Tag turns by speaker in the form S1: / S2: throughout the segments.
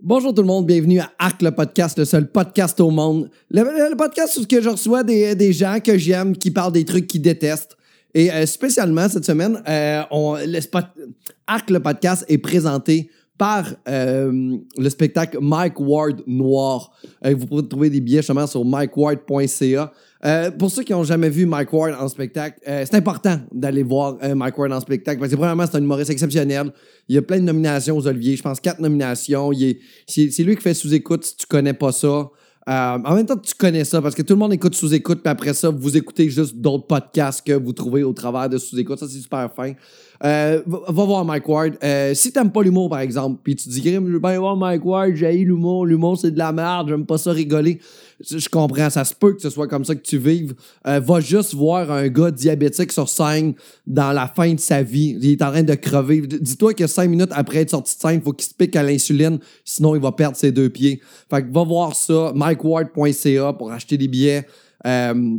S1: Bonjour tout le monde, bienvenue à Arc le podcast, le seul podcast au monde. Le, le podcast où ce que je reçois des, des gens que j'aime, qui parlent des trucs qu'ils détestent. Et euh, spécialement cette semaine, euh, on, le spot- Arc le podcast est présenté par euh, le spectacle Mike Ward Noir. Euh, vous pouvez trouver des billets justement sur mikeward.ca. Euh, pour ceux qui n'ont jamais vu Mike Ward en spectacle, euh, c'est important d'aller voir euh, Mike Ward en spectacle parce que premièrement, c'est un humoriste exceptionnel. Il y a plein de nominations aux Olivier, je pense quatre nominations. Il est- c'est, c'est lui qui fait sous-écoute si tu connais pas ça. Euh, en même temps, tu connais ça parce que tout le monde écoute sous écoute, puis après ça, vous écoutez juste d'autres podcasts que vous trouvez au travers de sous écoute. Ça, c'est super fin. Euh, va, va voir Mike Ward. Euh, si t'aimes pas l'humour, par exemple, puis tu dis, Grim, je veux bien voir Mike Ward, j'ai l'humour, l'humour c'est de la merde, j'aime pas ça rigoler. Je je comprends, ça se peut que ce soit comme ça que tu vives. Euh, va juste voir un gars diabétique sur scène dans la fin de sa vie. Il est en train de crever. D- Dis-toi que cinq minutes après être sorti de scène, faut qu'il se pique à l'insuline, sinon il va perdre ses deux pieds. Fait que va voir ça, mikeward.ca pour acheter des billets. Euh,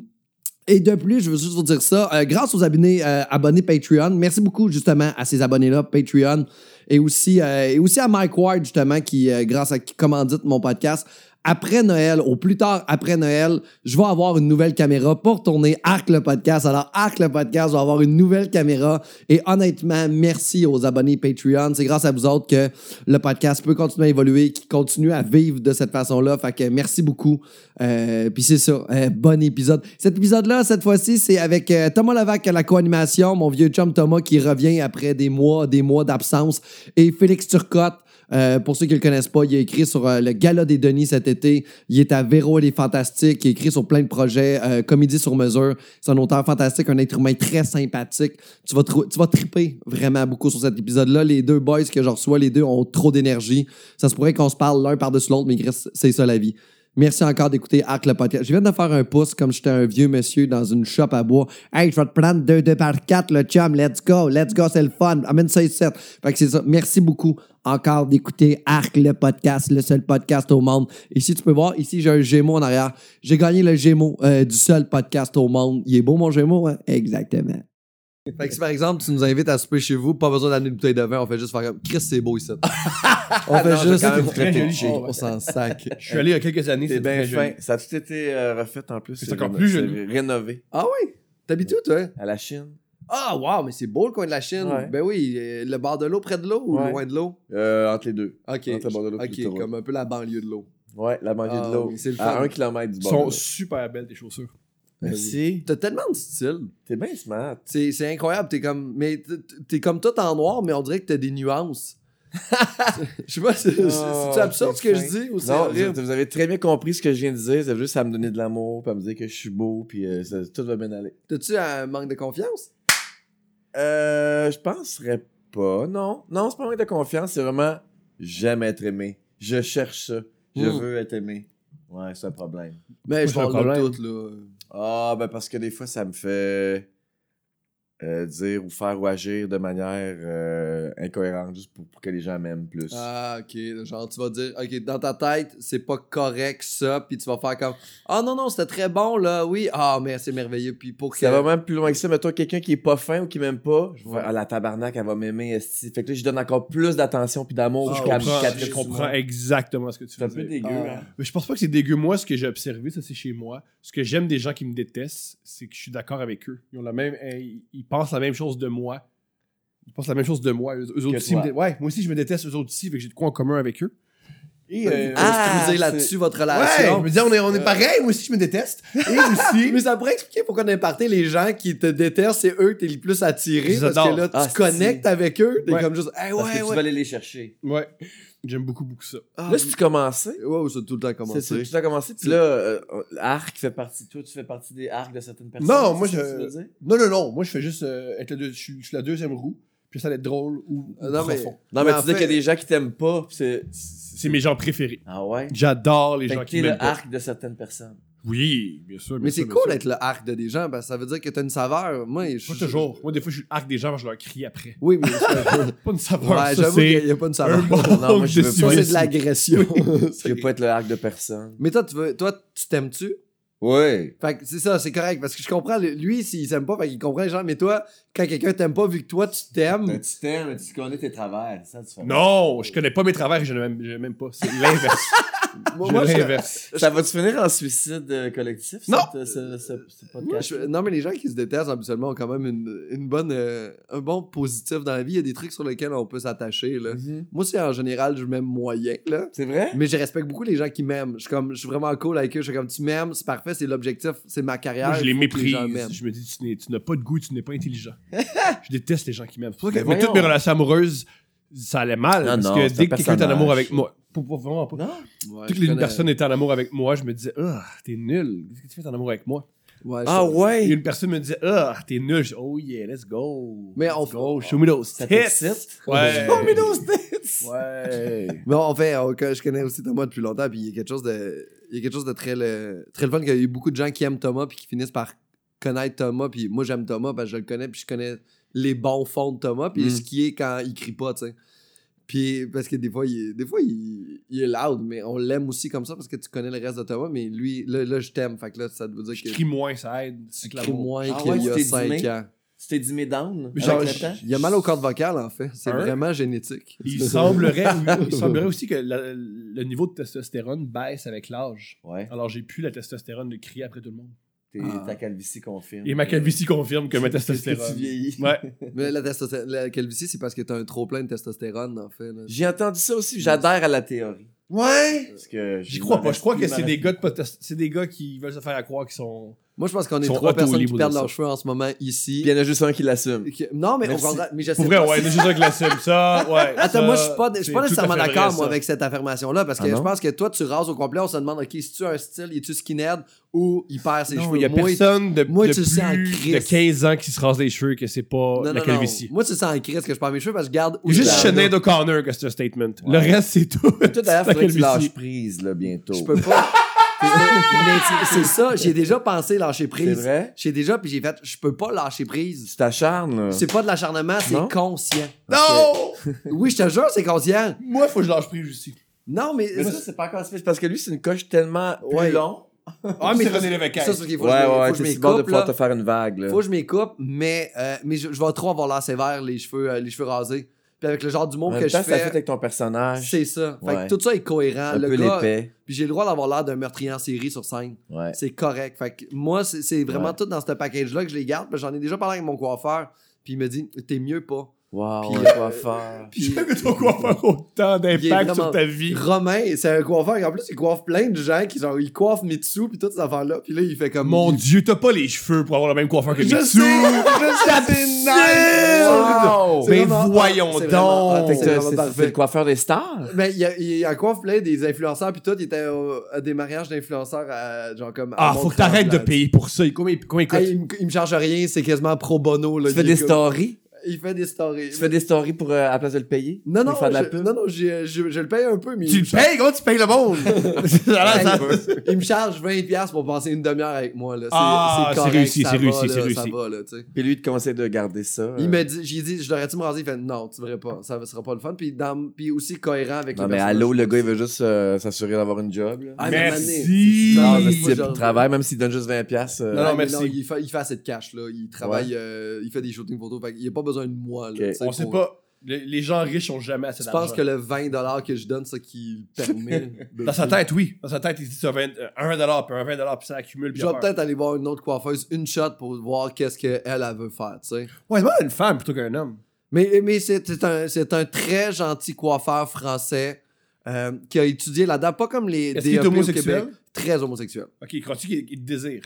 S1: et de plus, je veux juste vous dire ça, euh, grâce aux abonnés, euh, abonnés Patreon, merci beaucoup justement à ces abonnés-là, Patreon, et aussi, euh, et aussi à Mike Ward justement, qui, euh, grâce à qui commandite mon podcast. Après Noël, au plus tard après Noël, je vais avoir une nouvelle caméra pour tourner Arc le podcast. Alors, Arc le podcast va avoir une nouvelle caméra. Et honnêtement, merci aux abonnés Patreon. C'est grâce à vous autres que le podcast peut continuer à évoluer, qu'il continue à vivre de cette façon-là. Fait que merci beaucoup. Euh, Puis c'est ça. Euh, bon épisode. Cet épisode-là, cette fois-ci, c'est avec euh, Thomas Lavac à la co-animation, mon vieux chum Thomas qui revient après des mois, des mois d'absence, et Félix Turcotte. Euh, pour ceux qui le connaissent pas, il a écrit sur euh, le Gala des Denis cet été. Il est à Véro, il est fantastique. Il a écrit sur plein de projets, euh, comédie sur mesure. C'est un auteur fantastique, un être humain très sympathique. Tu vas, trou- tu vas triper vraiment beaucoup sur cet épisode-là. Les deux boys que je reçois, les deux ont trop d'énergie. Ça se pourrait qu'on se parle l'un par-dessus l'autre, mais Chris, c'est ça la vie. Merci encore d'écouter Arc le podcast. Je viens de faire un pouce comme j'étais un vieux monsieur dans une shop à bois. Hey, je vais te prendre deux, deux par quatre, le chum. Let's go. Let's go, c'est le fun. Amène ça ici. Fait que c'est ça. Merci beaucoup encore d'écouter Arc le podcast, le seul podcast au monde. Ici, tu peux voir, ici, j'ai un Gémeaux en arrière. J'ai gagné le Gémeaux euh, du seul podcast au monde. Il est beau, mon Gémeaux, hein? Exactement. Fait que si par exemple, tu nous invites à souper chez vous, pas besoin d'amener une bouteille de vin, on fait juste faire comme Chris, c'est beau ici. Ah on fait
S2: Non, c'est
S1: juste.
S2: quand même très joli chez
S1: on s'en sac.
S3: Je suis allé il y a quelques années.
S2: C'est
S3: c'était
S2: bien
S3: très joli.
S2: ben fin. Ça a tout été euh, refait en plus.
S3: C'est encore plus
S2: c'est
S3: joli.
S2: Rénové
S1: Ah oui? T'habites où, toi?
S2: à la Chine.
S1: Ah, wow, mais c'est beau le coin de la Chine.
S2: Ouais.
S1: Ben oui, euh, le bord de l'eau près de l'eau ou
S2: Ouais.
S1: loin de l'eau?
S2: Euh, entre les deux.
S1: Ok.
S2: Entre le bord de l'eau et le
S1: ok,
S2: littoral.
S1: comme un peu la banlieue de l'eau.
S2: Ouais, la mangée
S1: Ah,
S2: de l'eau.
S1: oui, c'est le
S2: À
S1: fun.
S2: un kilomètre du
S3: Ils
S2: bord.
S3: sont
S2: de l'eau.
S3: super belles, tes chaussures.
S2: Merci.
S1: T'as tellement de style.
S2: T'es bien smart.
S1: C'est c'est incroyable. T'es comme, mais t- t- t'es comme tout en noir, mais on dirait que t'as des nuances. Je sais pas si si-
S2: Oh,
S1: c'est absurde ce
S2: c'est
S1: que je
S2: fin.
S1: dis ou c'est
S2: Non, vous,
S1: horrible.
S2: vous avez très bien compris ce que je viens de dire. Vous avez juste à me donner de l'amour, puis à me dire que je suis beau, puis euh, ça- tout va bien aller.
S1: T'as-tu un manque de confiance?
S2: Euh, je penserais pas. Non, non, c'est pas un manque de confiance. C'est vraiment j'aime être aimé. Je cherche ça. Je
S3: Hmm.
S1: Mm.
S2: veux être aimé. Ouais, c'est un problème.
S1: Mais Ben, je
S3: c'est un
S1: parle de
S3: problème.
S1: tout, là.
S2: Ah, ben parce que des fois, ça me fait euh, dire ou faire ou agir de manière euh, incohérente juste pour, pour que les gens m'aiment plus.
S1: Ah, ok. Genre, tu vas dire, ok, dans ta tête, c'est pas correct ça, puis tu vas faire comme, ah non, non, c'était très bon, là, oui, ah, mais c'est merveilleux, puis pour que.
S2: Ça va même plus loin que ça. Mettons quelqu'un qui est pas fin ou qui m'aime pas, je vais
S1: Ouais.
S2: faire, ah, la tabarnak, elle va m'aimer. esti. Fait que là, je donne encore plus d'attention puis d'amour.
S1: Ah,
S3: je
S1: je
S2: qu'elle-
S3: comprends,
S2: qu'elle
S1: capte
S3: je
S2: traite
S3: comprends
S2: souvent.
S3: exactement ce que tu
S2: C'est un
S3: veux
S2: peu
S3: dire.
S2: dégueu.
S1: Ah.
S2: hein.
S3: Mais je pense pas que c'est dégueu. Moi, ce que j'ai observé, ça c'est chez moi. Ce que j'aime des gens qui me détestent, c'est que je suis d'accord avec eux. Ils ont la même, eh, ils- ils pensent la même chose de moi. Ils pensent la même chose de moi. Eux, eux autres aussi,
S2: toi.
S3: me dé- ouais, moi aussi je me déteste. Eux autres aussi, fait que j'ai de quoi en commun avec eux. Et euh,
S2: Ah,
S1: Construisez
S2: c'est-
S1: là-dessus votre
S3: ouais,
S1: relation.
S3: je me dis, on est, on est
S1: Euh.
S3: pareil. Moi aussi je me déteste. Et aussi,
S1: Mais ça pourrait expliquer pourquoi d'un party, les gens qui te détestent, c'est eux que t'es le plus attiré.
S3: Je les
S1: Parce que
S3: adore.
S1: là, tu
S2: Ah,
S1: connectes avec eux. T'es
S3: Ouais.
S1: comme juste, hey,
S2: Parce que
S1: ouais,
S2: tu vas
S1: ouais.
S2: aller les chercher.
S3: ouais, j'aime beaucoup beaucoup ça.
S1: Ah,
S2: Là, si tu commençais,
S1: Ouais, c'est tout le temps
S2: c'est c'est-
S1: commencé.
S2: tu as commencé, puis là, euh, arc fait partie, toi, tu fais partie des arcs de certaines personnes.
S3: Non, moi,
S2: c'est ça
S3: je-
S2: que tu veux dire?
S3: Non non non, moi je fais juste euh, être le deux- je suis je suis la deuxième roue. Puis ça va être drôle ou,
S1: Ah,
S3: ou
S1: non, mais-
S3: profond.
S2: Euh, Non,
S1: Mais
S2: mais,
S1: en
S2: tu dis
S1: fait-
S2: qu'il y a des gens qui t'aiment pas, puis c'est.
S3: C'est mes gens préférés.
S2: Ah ouais?
S3: J'adore les
S2: Fait
S3: gens
S2: que t'es
S3: qui
S2: le
S3: m'aiment pas.
S2: arc de certaines personnes.
S3: Oui, bien sûr.
S1: Mais c'est cool d'être le arc de des gens, parce que ça veut dire que t'as une saveur. Moi, je
S3: Pas toujours. Moi, des fois, je suis le arc des gens, je leur crie après.
S1: Oui, mais ça-
S3: Pas une saveur,
S1: ouais,
S3: ça,
S1: j'avoue
S3: c'est
S1: qu'il n'y a pas une
S3: un
S1: saveur.
S3: manque
S2: Non, moi, je
S3: de
S2: veux pas.
S1: Ça, c'est
S3: civisme.
S1: de l'agression.
S2: Je veux pas être le arc de personne.
S1: mais toi, tu veux, toi, tu t'aimes-tu?
S2: Oui.
S1: Fait que c'est ça, c'est correct. Parce que je comprends, le- lui, s'il s'aime pas, fait qu'il comprend les gens. Mais toi, quand quelqu'un t'aime pas, vu que toi, tu t'aimes.
S2: Mais tu t'aimes, tu connais tes travers. Ça, tu fais-
S3: Non, je connais pas mes travers et je ne m'aime je m'aime pas. C'est l'inverse.
S1: Moi,
S3: Je
S1: moi, je-
S3: l'inverse.
S2: Ça va-tu finir en suicide euh, collectif,
S3: Non.
S2: cette- euh, ce, ce- ce
S1: moi,
S2: podcast?
S1: je- non, mais les gens qui se détestent, habituellement, ont quand même une, une bonne, euh, un bon positif dans la vie. Il y a des trucs sur lesquels on peut s'attacher. là.
S2: Mhm.
S1: Moi, c'est en général, je m'aime moyen. Là.
S2: C'est vrai?
S1: Mais je respecte beaucoup les gens qui m'aiment. Je suis, comme, je suis vraiment cool avec eux. Je suis comme, tu m'aimes, c'est parfait, c'est l'objectif, c'est ma carrière.
S3: Moi, je les
S1: faut que
S3: méprise.
S1: gens m'aiment.
S3: Je me dis, tu n'es- tu n'as pas de goût, tu n'es pas intelligent. je déteste les gens qui m'aiment. C'est pour ça que
S2: Mais
S3: mais toutes mes
S2: voyons.
S3: relations amoureuses, ça allait mal.
S2: Non,
S3: parce
S2: non,
S3: que
S2: c'est
S3: dès
S2: un
S3: que quelqu'un est en amour
S2: personnage.
S3: avec moi, pour, pour- vraiment pas.
S2: Non?
S1: Ouais,
S3: Dès
S1: je
S3: que une
S1: connais-
S3: personne était en amour avec moi, je me disais, ah, t'es nul. Qu'est-ce que tu fais en amour avec moi?
S1: Ouais, je-
S2: Ah
S3: Et
S2: ouais!
S3: une personne me disait, ah, t'es nul. Je dis, oh yeah, let's go.
S1: Mais
S3: let's
S1: on-
S3: go. Show me those
S2: Ça
S3: tits.
S2: t'excite?
S3: Ouais.
S2: Oh, mais non, tits! Ouais!
S1: Mais en fait, on- je connais aussi Thomas depuis longtemps, puis il y a quelque chose de, il y a quelque chose de très, le, très le fun. qu'il y a eu beaucoup de gens qui aiment Thomas, puis qui finissent par connaître Thomas. Puis moi, j'aime Thomas parce que je le connais, puis je connais les bons fonds de Thomas, puis
S2: Mm.
S1: ce qui est quand il crie pas, tu sais. Puis parce que des fois, il est, des fois, il, il est loud, mais on l'aime aussi comme ça parce que tu connais le reste de Thomas, mais lui, là, là, je t'aime. Fait que là, ça veut dire
S3: Je
S1: que
S3: crie moins, ça aide.
S1: tu
S3: C'est
S1: cries moins
S2: Ah
S1: qu'il
S2: ouais,
S1: y
S2: tu
S1: a
S2: t'es
S1: 5
S2: dîné?
S1: ans.
S2: Tu t'es dit mes down?
S3: Mais
S2: avec
S3: genre,
S2: le
S3: je-
S2: temps?
S1: Il y a mal aux cordes vocales, en fait. C'est
S3: Hein?
S1: vraiment génétique.
S3: Il semblerait, il semblerait aussi que la- le niveau de testostérone baisse avec l'âge.
S2: Ouais.
S3: Alors, j'ai plus la testostérone de crier après tout le monde.
S2: T'es-
S1: Ah.
S2: Ta calvitie confirme.
S3: Et
S1: Euh,
S3: ma calvitie confirme que ma
S2: Que tu
S3: testostérone.
S2: vieillis.
S3: Ouais.
S1: Mais la, testosté- la calvitie, c'est parce que t'as un trop plein de testostérone, en fait. là.
S2: J'ai entendu ça aussi, j'adhère à la théorie.
S3: Ouais!
S2: Parce que
S3: J'y crois pas. Je crois que c'est des gars de potos- c'est des gars qui veulent se faire à croire qu'ils sont.
S1: Moi, je pense qu'on est
S3: Ils sont
S1: trois personnes qui
S3: auto-libres
S1: perdent
S3: de ça.
S1: leurs cheveux en ce moment ici.
S2: Il y en a juste un qui l'assume.
S1: Que- Non, mais, au
S2: Merci.
S1: contraire, mais je sais
S3: Pour vrai,
S1: pas
S3: ouais,
S1: si-
S3: les gens qui l'assument ça, ouais.
S1: Attends,
S3: ça,
S1: moi, je suis pas, je suis
S3: c'est
S1: pas
S3: tout
S1: nécessairement
S3: à fait
S1: d'accord,
S3: vrai,
S1: moi,
S3: ça.
S1: avec cette affirmation-là, parce que
S2: Ah non?
S1: je pense que toi, tu rases au complet, on se demande, OK, si tu as un style, es-tu skinhead ou il perd ses
S3: Non,
S1: cheveux?
S3: Il y a
S1: Moi,
S3: personne de,
S1: moi,
S3: de
S1: tu le
S3: plus
S1: sais en
S3: de
S1: crise.
S3: 15 ans qui se rase les cheveux que c'est pas
S1: non, non,
S3: la
S1: non.
S3: calvitie.
S1: Moi, tu sens en crise que je perds mes cheveux parce que regarde où
S3: Il y a Juste
S1: je
S3: Sinead O'Connor que c'est un statement. Le reste, c'est tout.
S2: Toi, d'ailleurs, faudrait que tu
S3: La calvitie.
S2: lâches Ah, prise, là, bientôt.
S1: Je peux pas. mais c'est- c'est ça, j'ai déjà pensé lâcher
S2: C'est
S1: prise.
S2: vrai?
S1: J'ai déjà, puis j'ai fait, je peux pas lâcher prise.
S2: Tu t'acharnes, là.
S1: C'est pas de l'acharnement,
S2: Non?
S1: c'est conscient.
S3: Non!
S1: Oui, je te jure, c'est conscient.
S3: Moi, faut que je lâche prise aussi.
S1: Non, mais.
S2: Mais ça, c'est pas encore spécial. Parce que lui, c'est une coche tellement plus
S1: Ouais.
S2: long.
S3: Ah, mais c'est
S1: ça,
S3: René Lévesque.
S1: ça, c'est qu'il
S2: Ouais,
S1: faut que je me-
S2: ouais,
S1: faut
S2: ouais.
S1: que je
S2: T'es
S1: m'y
S2: si bord de
S1: coupe,
S2: pouvoir
S1: là.
S2: te faire une vague, là.
S1: Faut que je m'y coupe, mais, euh, mais je, je vais trop avoir l'air sévère, les cheveux, euh, les cheveux rasés. Puis avec le genre d'humour
S2: En même
S1: que je
S2: temps, ça fait
S1: fais,
S2: avec ton personnage.
S1: c'est ça. Fait
S2: Ouais.
S1: que tout ça est cohérent.
S2: un
S1: le
S2: peu
S1: gars,
S2: l'épais.
S1: puis j'ai le droit d'avoir l'air d'un meurtrier en série sur scène.
S2: Ouais.
S1: C'est correct. Fait que moi, c'est- c'est vraiment
S2: Ouais.
S1: tout dans ce package-là que je les garde. Puis J'en ai déjà parlé avec mon coiffeur, puis il me dit T'es mieux pas.
S2: Wow,
S1: Puis,
S2: un coiffeur.
S1: Puis-
S3: Jamais ton coiffeur autant
S1: Il est
S3: d'impact
S1: vraiment-
S3: sur ta vie.
S1: Romain, c'est un coiffeur, et en plus, il coiffe plein de gens qui genre, il coiffe Mitsu, puis toutes ces affaires-là. Puis là, il fait comme.
S3: Mon
S1: il-
S3: dieu, t'as pas les cheveux pour avoir le même coiffeur que
S2: Je
S3: Mitsu!
S2: Wow!
S1: C'est
S3: Mais
S1: vraiment-
S3: voyons
S1: c'est
S3: donc!
S1: vraiment- ah,
S2: Fait
S1: t'es-
S2: que
S1: c'est
S2: t'as-
S1: vraiment
S2: C'est
S1: parfait.
S2: c'est le coiffeur des stars?
S1: Mais il y a, il y a un coiffe plein des influenceurs, puis tout, il était au- à des mariages d'influenceurs, à, genre comme. à
S3: Ah, faut que
S1: Mont-Tremblant,
S3: t'arrêtes de
S1: tu
S3: payer pour ça. Combien, combien il
S1: sais. Ah,
S3: coûte?
S1: il, me, il me charge rien, c'est quasiment pro bono. Là,
S2: Tu fais
S1: Il est
S2: des
S1: comme-
S2: stories?
S1: Il fait des stories.
S2: Tu fais des stories pour, euh, à la place de le payer?
S1: Non,
S2: Pour
S1: non,
S2: lui faire de la
S1: je,
S2: pub?
S1: non, non, j'ai- je, je le paye un peu, mais
S3: Tu
S1: il,
S3: le
S1: me charge,
S3: payes? Comment tu payes le monde? Ça a l'air- ça-
S1: il me charge 20$ pour passer une demi-heure avec moi. Là. C'est,
S3: Ah, c'est
S1: correct,
S3: réussi,
S1: ça
S3: c'est
S1: va,
S3: réussi,
S1: là,
S3: c'est
S1: Ça
S3: réussi.
S1: va, là, tu sais.
S2: Puis lui, il te conseille de garder ça. euh,
S1: Il m'a dit, j'ai dit, je l'aurais-tu me raser? Il fait, non, tu devrais pas, ça sera pas le fun. Puis, dans, puis aussi cohérent avec
S3: ben,
S2: Non,
S1: les
S2: mais
S1: personnages.
S2: allô, le gars, il veut juste euh, s'assurer d'avoir une job. Là.
S1: Ah, mais
S3: Merci!
S1: mané,
S2: non,
S1: oui,
S2: mais
S1: moi,
S2: c'est
S1: genre-
S2: pour travail, même s'il donne juste 20$. piastres, euh,
S3: Non, non,
S1: Ouais, mais
S3: merci.
S1: il, fait, il fait assez de cash, là. Il travaille, euh, il fait des shootings photos. Fait il a pas besoin de moi, là.
S2: Ok.
S1: tu sais,
S3: On sait
S1: pour-
S3: pas. Le- Les gens riches ont jamais assez
S1: Tu
S3: d'argent.
S1: penses que le 20$ que je donne, ça qui le permet. de-
S3: Dans sa tête, oui. Dans sa tête, il dit ça, 20, euh, un dollar, puis un 20 dollars, puis ça accumule. Puis
S1: Je vais
S3: il a peur.
S1: peut-être aller voir une autre coiffeuse, une shot, pour voir qu'est-ce qu'elle, elle veut faire, tu sais.
S3: Ouais, demande à une femme plutôt qu'un homme.
S1: Mais, mais c'est, c'est un, c'est un très gentil coiffeur français euh, qui a étudié là-dedans, pas comme les
S3: Est-ce
S1: DEP
S3: qu'il est
S1: au
S3: homosexuel?
S1: Québec. Très homosexuel.
S3: Ok, crois-tu qu'il qu'il te désire?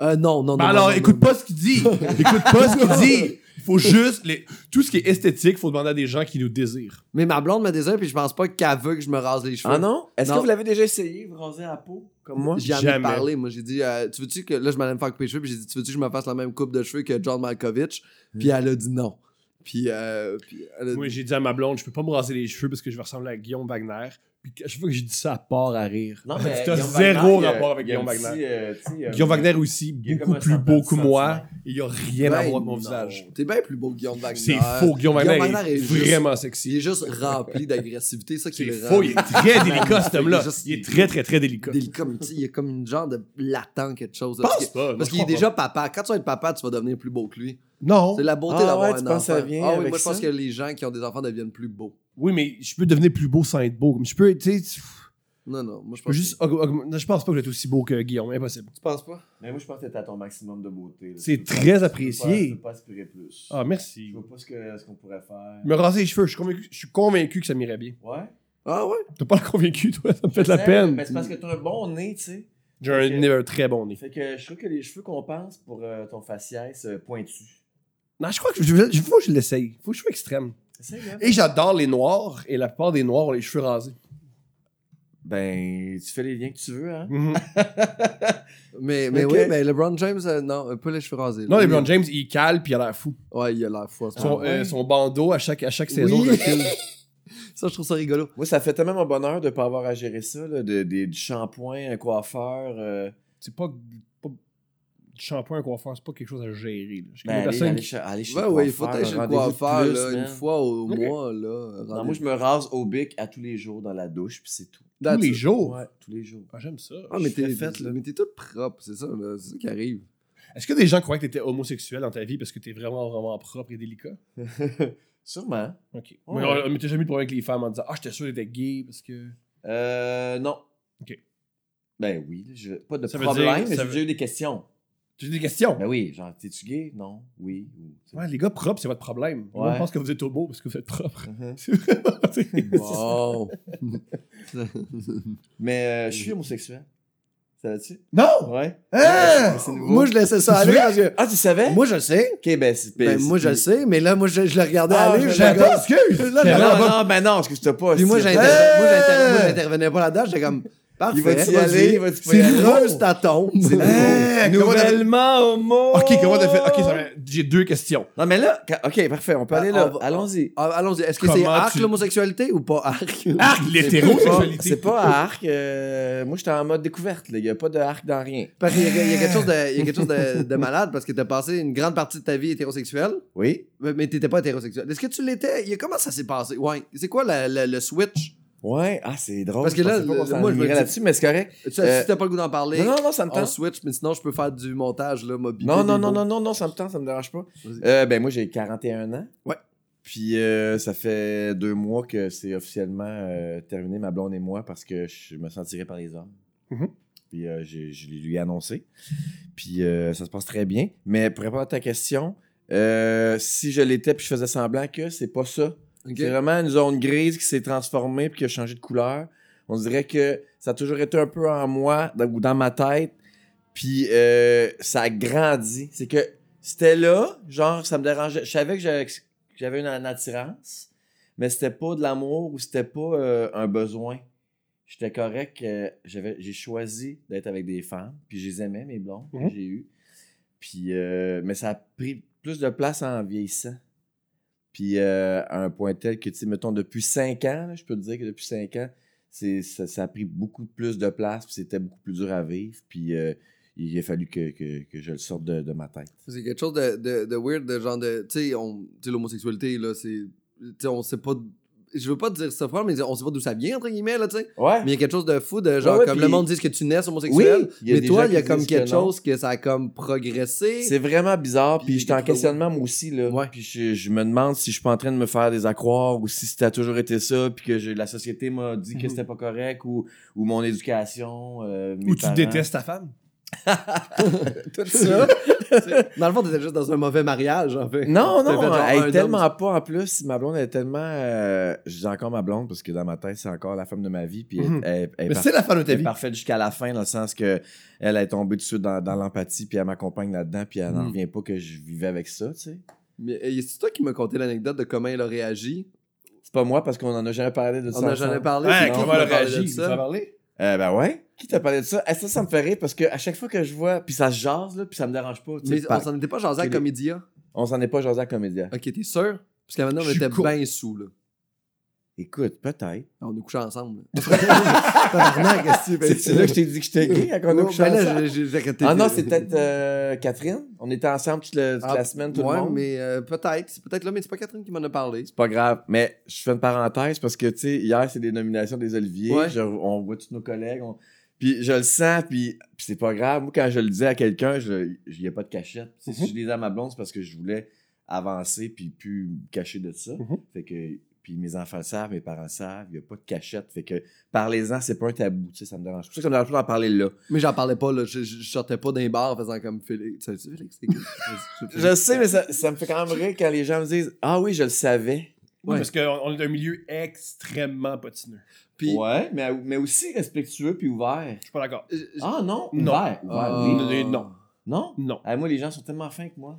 S1: Euh, non, non, non.
S3: Ben
S1: non,
S3: alors,
S1: non,
S3: écoute
S1: non.
S3: pas ce qu'il dit. écoute pas ce qu'il dit. Il faut juste. les- Tout ce qui est esthétique, faut demander à des gens qui nous désirent.
S1: Mais ma blonde me désire, puis je pense pas qu'elle veut que je me rase les cheveux.
S2: Ah non? Est-ce que
S1: Non.
S2: vous l'avez déjà essayé, vous raser à la peau, comme moi?
S1: J'y en ai
S3: Jamais.
S1: parlé, moi j'ai dit, euh, tu veux-tu que là je m'allais me faire couper les cheveux, puis j'ai dit, tu veux-tu que je me fasse la même coupe de cheveux que John Malkovich? Puis elle a dit non. Puis, euh, puis elle a
S3: Mm. Moi,
S1: dit,
S3: j'ai dit à ma blonde, je peux pas me raser les cheveux parce que je vais ressembler à Guillaume Wagner. Puis à chaque fois que j'ai dit ça, elle part à rire.
S2: Non,
S3: T'as
S2: Guillaume
S3: zéro
S2: Wagner, il y a-
S3: rapport avec
S2: il y a
S3: Guillaume
S2: un petit,
S3: Wagner.
S2: euh, tu sais, euh,
S3: Guillaume Wagner aussi,
S2: il y a
S3: beaucoup
S2: comme un
S3: plus
S2: sentiment
S3: beau que
S2: de
S3: moi. Il y a rien à
S1: Ben
S3: voir avec mon
S1: non,
S3: visage.
S1: T'es bien plus beau que Guillaume Wagner.
S3: C'est faux. Guillaume Wagner,
S1: Wagner
S3: est,
S1: est juste-
S3: vraiment
S1: Il
S3: sexy.
S1: est juste rempli d'agressivité, ça qui
S3: C'est
S1: le
S3: faux.
S1: rend.
S3: Il est très délicat, cet homme-là.
S1: Il est juste-
S3: Il est très, très, très délicat.
S1: Il est comme, tu sais, il est comme une genre de latent quelque chose. là,
S3: Pense
S1: parce que-
S3: pas. moi,
S1: parce
S3: je
S1: qu'il est
S3: crois
S1: déjà papa. Quand tu vas être papa, tu vas devenir plus beau que lui.
S3: Non.
S1: C'est la beauté
S2: Ah
S1: d'avoir
S2: ouais, tu
S1: un
S2: penses que ça
S1: enfant.
S2: vient
S1: ah oui,
S2: avec
S1: moi je pense
S2: ça?
S1: que les gens qui ont des enfants deviennent plus beaux.
S3: Oui, mais je peux devenir plus beau sans être beau. Comme Je peux, tu sais, tu- je
S1: Non, non, moi je
S3: peux
S1: pense
S3: juste. aug- aug- non, Je pense pas que j'étais aussi beau que Guillaume. Impossible.
S1: Tu penses pas?
S2: Mais moi, je pense que t'es à ton maximum de beauté. là.
S3: C'est
S2: Tu peux pas-
S3: très
S2: tu peux pas-
S3: apprécié.
S2: Tu peux pas aspirer plus.
S3: Ah, merci.
S2: Je vois pas ce que- ce qu'on pourrait faire.
S3: Me raser les cheveux, je suis convaincu, je suis convaincu que ça m'irait bien.
S2: Ouais.
S1: Ah ouais?
S3: T'as pas l'air convaincu, toi, ça me fait de la
S2: Je sais, Mais c'est
S3: peine.
S2: parce que t'as un bon nez, tu sais.
S3: J'ai un, nez- un très bon nez.
S2: Fait que je trouve que les cheveux qu'on pense pour euh, ton faciès euh, pointu.
S3: Non, je crois que je, je- faut que je l'essaye. Faut que je sois extrême.
S2: Essaye, hein. là.
S3: Et j'adore les noirs, et la plupart des noirs ont les cheveux rasés.
S2: Ben, tu fais les liens que tu veux, hein.
S3: Mhm.
S1: Mais, mais
S2: Ok.
S1: oui, mais LeBron James, euh, non, euh, pas les cheveux rasés.
S3: Non,
S1: Lui,
S3: les Brown James, ils calent, puis il a l'air fou.
S1: Ouais, il a l'air fou. en ce
S2: Ah
S3: Son,
S1: moment.
S3: euh,
S2: ouais?
S3: son bandeau à chaque, à chaque saison
S1: Oui.
S3: recule.
S1: Ça, je trouve ça rigolo.
S2: Moi, ça fait tellement mon bonheur de pas avoir à gérer ça, là, de, des- du shampoing, un coiffeur. euh,
S3: C'est pas, pas du shampoing, un coiffeur, c'est pas quelque chose à gérer. là. Je
S2: ben,
S3: connais
S2: aller,
S3: personne
S2: aller
S3: qui-
S2: chez, aller chez
S1: Ouais,
S2: le
S1: ouais, il faut
S2: coiffeur,
S1: aller chez le
S2: rendez-vous de
S1: coiffeur
S2: plus,
S1: là,
S2: man.
S1: une fois au
S3: Ok.
S1: mois. Là,
S2: Non, moi, je me rase au bic à tous les jours dans la douche, puis c'est tout.
S3: tous les jours.
S2: Ouais, tous les jours.
S3: Ah, j'aime ça.
S1: Ah, mais
S2: je suis
S1: t'es
S2: faite, là.
S1: mais t'es toute propre, c'est ça, là, c'est ça qui arrive.
S3: Est-ce que des gens croyaient que t'étais homosexuel dans ta vie parce que t'es vraiment, vraiment propre et délicat?
S2: Sûrement.
S3: Ok.
S2: Ouais.
S3: Mais on- on m'était jamais eu de problème avec les femmes en disant Ah, j'étais sûr que t'étais gay parce que.
S2: Euh, non.
S3: Ok.
S2: Ben oui, je- pas de
S3: Ça veut
S2: problème,
S3: dire-
S2: mais
S3: ça
S2: j'ai
S3: veut-
S2: déjà eu des questions.
S3: J'ai des questions.
S2: Ben oui, genre, t'es-tu gay? Non. Oui. ou-
S3: Ouais, les gars propres, c'est votre problème.
S2: Ouais.
S3: On pense que vous êtes homo parce que vous êtes propre.
S1: Ah.
S2: Mhm.
S3: C'est vraiment.
S1: Wow!
S2: Mais euh, je suis homosexuel. Savais-tu?
S3: Non!
S2: Ouais.
S1: Hein?
S2: Ouais, c'est nouveau.
S1: moi, je laissais ça aller parce que.
S2: Ah, tu savais?
S1: Moi, je le sais.
S2: Ok, ben c'est
S1: Ben,
S2: c'est-
S1: moi, je le sais, mais là, moi, je, je le regardais
S2: Ah,
S1: aller.
S2: je
S1: je
S3: J'attends,
S1: regardais-
S3: excuse!
S1: Là,
S3: T'es
S1: là, là,
S3: vraiment
S2: Non,
S3: propre.
S2: non, ben non, parce que je t'ai pas.
S1: Puis moi,
S2: c'est-
S1: j'inter-
S3: Hey!
S1: moi, j'inter- moi, j'intervenais pas là-dedans. J'étais comme. Parfait.
S2: Il va
S1: vas-y.
S2: t'y aller, il va t'y pas y
S1: C'est
S2: aller.
S1: heureuse ta tombe.
S2: C'est
S3: Hey, comment t'as-
S2: Nouvellement homo!
S3: Ok, comment t'as fait? Ok, ça va- j'ai deux questions.
S2: Oh! Non, mais là, ca- ok, parfait, on peut
S1: Ah,
S2: aller là.
S1: on va-
S2: Allons-y.
S1: Ah, Allons-y. Est-ce que
S3: Comment
S1: c'est arc
S3: tu-
S1: l'homosexualité ou pas arc?
S2: Ah!
S3: Arc, l'hétérosexualité.
S2: C'est pas à arc. euh, moi, j'étais en mode découverte, là. Il n'y a pas de arc dans rien.
S1: Parce qu'il y, a il y a quelque chose de, il y a quelque chose de, de malade parce que t'as passé une grande partie de ta vie hétérosexuelle,
S2: Oui?
S1: mais mais t'étais pas hétérosexuel. Est-ce que tu l'étais? Il y a- Comment ça s'est passé? Ouais. C'est quoi la- la- le switch?
S2: Ouais, ah, c'est drôle.
S1: Parce que
S2: je
S1: là,
S2: pensais pas
S1: le-
S2: qu'on s'en
S1: moi, je me
S2: irait
S1: dis-
S2: là-dessus, mais c'est correct.
S1: Tu-
S2: Euh,
S1: si t'as pas le goût d'en parler,
S2: Non, non, non, ça me
S1: on
S2: tente.
S1: switch, mais sinon je peux faire du montage là, mobile.
S2: Non, non, non, non, non, non, ça me tente, ça me dérange pas.
S1: Vas-y.
S2: Euh, ben, moi, j'ai 41 ans.
S1: Ouais.
S2: Puis, euh, ça fait deux mois que c'est officiellement euh, terminé, ma blonde et moi, parce que je me sentirais par les hommes.
S1: Mm-hmm.
S3: Mhm.
S2: Puis, euh, j'ai- je l'ai lui ai annoncé. Puis, euh, ça se passe très bien. Mais pour répondre à ta question, euh, si je l'étais puis je faisais semblant que, c'est pas ça. C'est vraiment une zone grise qui s'est transformée puis qui a changé de couleur. On dirait que ça a toujours été un peu en moi dans- ou dans ma tête. Puis euh, ça a grandi. C'est que c'était là, genre, ça me dérangeait. Je savais que j'avais- que j'avais une, une attirance, mais c'était pas de l'amour ou c'était pas euh, un besoin. J'étais correct. euh, j'avais, j'ai choisi d'être avec des femmes, puis je les aimais, mes blondes,
S3: Mhm.
S2: que j'ai eues. Puis, euh, mais ça a pris plus de place en vieillissant. Puis euh, à un point tel que, tu sais, mettons, depuis 5 ans, là, je peux te dire que depuis 5 ans, c'est, ça, ça a pris beaucoup plus de place, puis c'était beaucoup plus dur à vivre, puis euh, il a fallu que, que, que je le sorte de, de ma tête.
S1: C'est quelque chose de, de, de weird, de genre de. Tu sais, on- tu sais, l'homosexualité, là, c'est. Tu sais, on sait pas. d- Je veux pas dire ça fort, mais on sait pas d'où ça vient, entre guillemets, là, tu sais.
S2: Ouais.
S1: Mais il y a quelque chose de fou, de genre,
S2: Ouais, ouais,
S1: comme
S2: puis-
S1: le monde dit que tu naisses
S2: Oui,
S1: homosexuel.
S2: il y a
S1: mais
S2: des
S1: toi,
S2: gens
S1: il y a
S2: qui
S1: comme
S2: disent
S1: quelque
S2: que non.
S1: chose que ça a comme progressé.
S2: C'est vraiment bizarre,
S1: Puis
S2: puis j'étais en
S1: des-
S2: questionnement moi aussi, là.
S1: Ouais.
S2: Puis je, je me demande si je suis pas en train de me faire des accroires, ou si c'était toujours été ça, puis que j'ai- la société m'a dit que
S3: Mhm.
S2: c'était pas correct, ou, ou mon éducation, euh, mes
S3: Ou tu
S2: parents.
S3: détestes ta femme?
S1: tout ça. dans le fond, t'étais juste dans un mauvais mariage, en fait.
S2: Non,
S1: T'as
S2: non,
S1: fait genre
S2: elle
S1: un
S2: est tellement pas en plus. Ma blonde elle est tellement. euh, je dis encore ma blonde parce que dans ma tête, c'est encore la femme de ma vie. Puis elle,
S3: Mhm.
S2: elle- elle est
S3: Mais
S2: par-
S3: c'est la femme de ta
S2: elle est
S3: vie.
S2: parfaite jusqu'à la fin, dans le sens que elle est tombée tout de suite dans, dans l'empathie, puis elle m'accompagne là-dedans, puis elle n'en
S1: Mhm.
S2: revient pas que je vivais avec ça, tu sais.
S1: Mais euh, c'est toi qui m'as conté l'anecdote de comment il a réagi.
S2: C'est pas moi parce qu'on en a jamais parlé de ça.
S1: On n'a
S2: ensemble.
S1: jamais parlé.
S3: Ouais,
S1: c'est
S2: comment
S1: toi qui m'as
S3: elle
S1: parlé
S3: réagit?
S1: de
S3: Vous en
S1: ça.
S3: parlez?
S2: Euh, ben ouais. Qui t'a parlé de ça? Ah, ça, ça me fait rire parce que à chaque fois que je vois, puis ça se jase, là, puis ça me dérange pas. tu sais,
S1: Mais
S2: par-
S1: on s'en était pas jasé à
S2: Ok.
S1: Comédia.
S2: On s'en est pas jasé à Comédia.
S1: Ok, t'es sûr? Parce qu'à maintenant, on
S3: Je suis
S1: était
S3: con-
S1: bien sous, là.
S2: Écoute, peut-être.
S1: On est couchés ensemble. là. Tabarnak, qu'est-ce que tu fais?
S2: C'est là que je t'ai dit que j'étais gay à
S1: Ben, Ouais,
S2: qu'on a couché
S1: ben là,
S2: ensemble.
S1: j'ai- j'ai- j'ai arrêté
S2: Ah
S1: de-
S2: non, c'est peut-être euh, Catherine. On était ensemble toute, le- toute
S1: Ah,
S2: la semaine, tout
S1: ouais,
S2: le monde.
S1: mais euh, peut-être. C'est peut-être là, mais c'est pas Catherine qui m'en a parlé.
S2: C'est pas grave. Mais je fais une parenthèse parce que, tu sais, hier, c'est des nominations des Oliviers.
S1: Ouais.
S2: Je- on voit tous nos collègues. on- Puis je le sens, puis, puis c'est pas grave. Moi, quand je le disais à quelqu'un, je n'y ai pas de cachette. Tu sais, Si je disais à ma blonde, c'est parce que je voulais avancer puis plus me cacher de ça.
S3: Mhm.
S2: Fait que puis mes enfants le savent, mes parents le savent, il n'y a pas de cachette. Fait que parlez-en, c'est pas un tabou, tu sais, ça me dérange. C'est pour ça que ça me dérange pas d'en parler là.
S1: Mais j'en parlais pas, là. Je, je- je sortais pas d'un bar en faisant comme Félix. Tu sais, Félix, c'est qui?
S2: Je sais, mais ça, ça me fait quand même rire quand les gens me disent Ah oui, je le savais.
S3: Oui,
S1: Ouais.
S3: parce qu'on on est d'un milieu extrêmement patineux.
S1: Puis,
S2: ouais, mais, mais aussi respectueux puis ouvert.
S3: Je suis pas d'accord.
S1: je- je-
S2: Ah non,
S3: Non.
S2: ouvert. ouvert,
S1: Ah.
S2: oui.
S3: Non, non,
S2: Non?
S3: non.
S2: Ah, moi, les gens sont tellement fins que moi.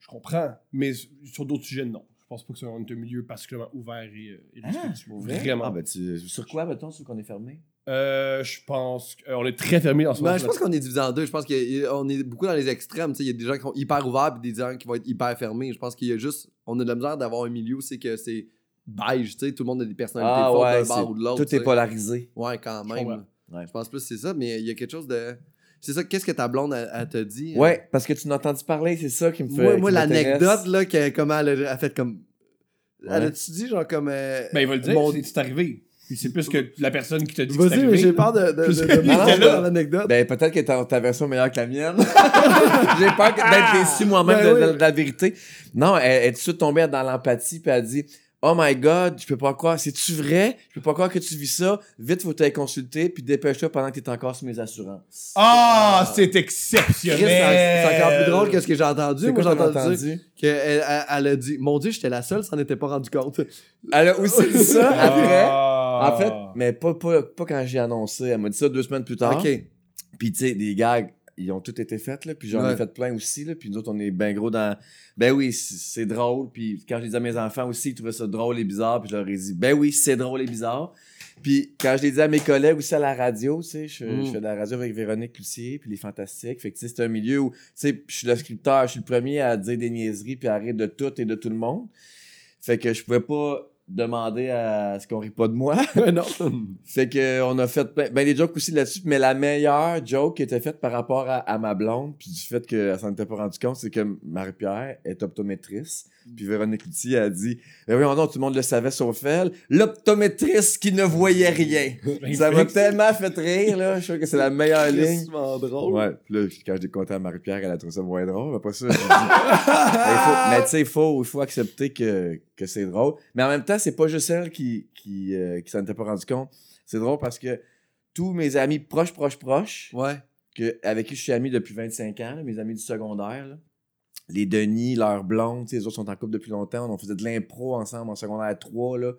S3: Je comprends, mais sur d'autres sujets, non. Je pense pas que c'est un un milieu particulièrement ouvert et, euh, et respectueux. Vraiment.
S2: Ah, ben, tu- sur quoi, mettons, sur qu'on est fermé?
S3: Euh, je pense qu'on est très fermé dans ce
S1: Ben,
S3: moment
S1: je pense qu'on est divisé en deux. Je pense qu'on est beaucoup dans les extrêmes. tu sais. Il y a des gens qui sont hyper ouverts et des gens qui vont être hyper fermés. Je pense qu'il y a juste. On a de la misère d'avoir un milieu où c'est que c'est beige. tu sais. Tout le monde a des personnalités
S2: Ah,
S1: fortes
S2: ouais,
S1: d'un
S2: c'est-
S1: bar ou de l'autre.
S2: Tout
S1: tu
S2: est
S1: sais.
S2: polarisé.
S1: Ouais, quand
S3: Je
S1: même.
S3: comprends.
S2: Ouais.
S1: Je pense plus que c'est ça, mais il y a quelque chose de. C'est ça, qu'est-ce que ta blonde, elle, elle t'a dit? euh?
S2: Ouais, parce que tu n'as entendu parler, c'est ça qui me fait.
S1: Moi,
S2: qui
S1: moi
S2: m'intéresse.
S1: l'anecdote, là, que, comment elle a, a fait comme. Elle
S2: Ouais.
S1: a-tu dit, genre, comme. euh,
S3: Ben, il va le dire,
S1: mon-
S3: c'est c'est arrivé. Puis C'est plus que la personne qui t'a dit que c'est
S1: Vas-y, mais
S3: arrivé.
S1: j'ai peur de, de,
S3: Je
S1: de,
S3: sais,
S1: de,
S3: il était
S1: mélanger
S3: là.
S1: dans l'anecdote.
S2: Ben, peut-être que ta, ta version est meilleure que la mienne. J'ai peur que- d'être déçu moi-même
S1: Ben
S2: de, de-
S1: oui.
S2: de la vérité. Non, elle, elle est tout de suite tombée dans l'empathie, puis elle dit Oh my god, je peux pas croire, c'est-tu vrai? Je peux pas croire que tu vis ça. Vite, faut t'aller consulter, puis dépêche-toi pendant que t'es encore sur mes assurances.
S3: Ah, c'est
S1: Chris, c'est
S3: exceptionnel!
S1: c'est encore plus drôle que ce que j'ai entendu.
S2: C'est
S1: Moi,
S2: quoi
S1: j'ai
S2: t'as
S1: entendu, dire
S2: entendu?
S1: qu'elle elle, elle a dit Mon Dieu, j'étais la seule, ça n'était pas rendu compte.
S2: Elle a aussi dit ça après.
S3: Ah.
S2: En fait, mais pas, pas, pas quand j'ai annoncé. Elle m'a dit ça deux semaines plus tard.
S1: Ok.
S2: Puis, tu sais, des gags, ils ont tous été faits, là. Puis, j'en
S1: Ouais.
S2: ai fait plein aussi, là. Puis, nous autres, on est bien gros dans. Ben oui, c- c'est drôle. Puis, quand je les dis à mes enfants aussi, ils trouvaient ça drôle et bizarre. Puis, je leur ai dit, ben oui, c'est drôle et bizarre. Puis, quand je les dis à mes collègues aussi à la radio, tu sais, je,
S1: Mm.
S2: je fais de la radio avec Véronique Cloutier, puis les Fantastiques. Fait que, tu sais, c'est un milieu où, tu sais, je suis le scripteur, je suis le premier à dire des niaiseries, puis à rire de tout et de tout le monde. Fait que je pouvais pas demander à ce qu'on rit pas de moi.
S1: Ben non.
S3: Ben,
S2: Fait que euh, on a fait plein- ben, des jokes aussi là-dessus, mais la meilleure joke qui était faite par rapport à, à ma blonde, puis du fait qu'elle s'en était pas rendue compte, c'est que Marie-Pierre est optométrice. Puis Véronique Loutier a dit Ben oui, non, tout le monde le savait sauf elle, l'optométrice qui ne voyait rien.
S3: Ben,
S2: Ça m'a
S3: Félix,
S2: tellement fait rire, là. Je suis sûr que c'est la meilleure ligne.
S1: Tristement drôle.
S2: Ouais, puis là, quand je l'ai conté à Marie-Pierre, elle a trouvé ça moins drôle. Après ça, j'ai dit- Mais
S1: Ah!
S2: faut- mais tu sais, Ben, il faut, il faut accepter que, que c'est drôle. Mais en même temps, c'est pas juste elle qui, qui, euh, qui s'en était pas rendu compte. C'est drôle parce que tous mes amis proches, proches, proches,
S1: Ouais.
S2: que, avec qui je suis ami depuis 25 ans, là, mes amis du secondaire, là, les Denis, leurs blondes, tu sais, les autres sont en couple depuis longtemps, on faisait de l'impro ensemble en secondaire 3, là.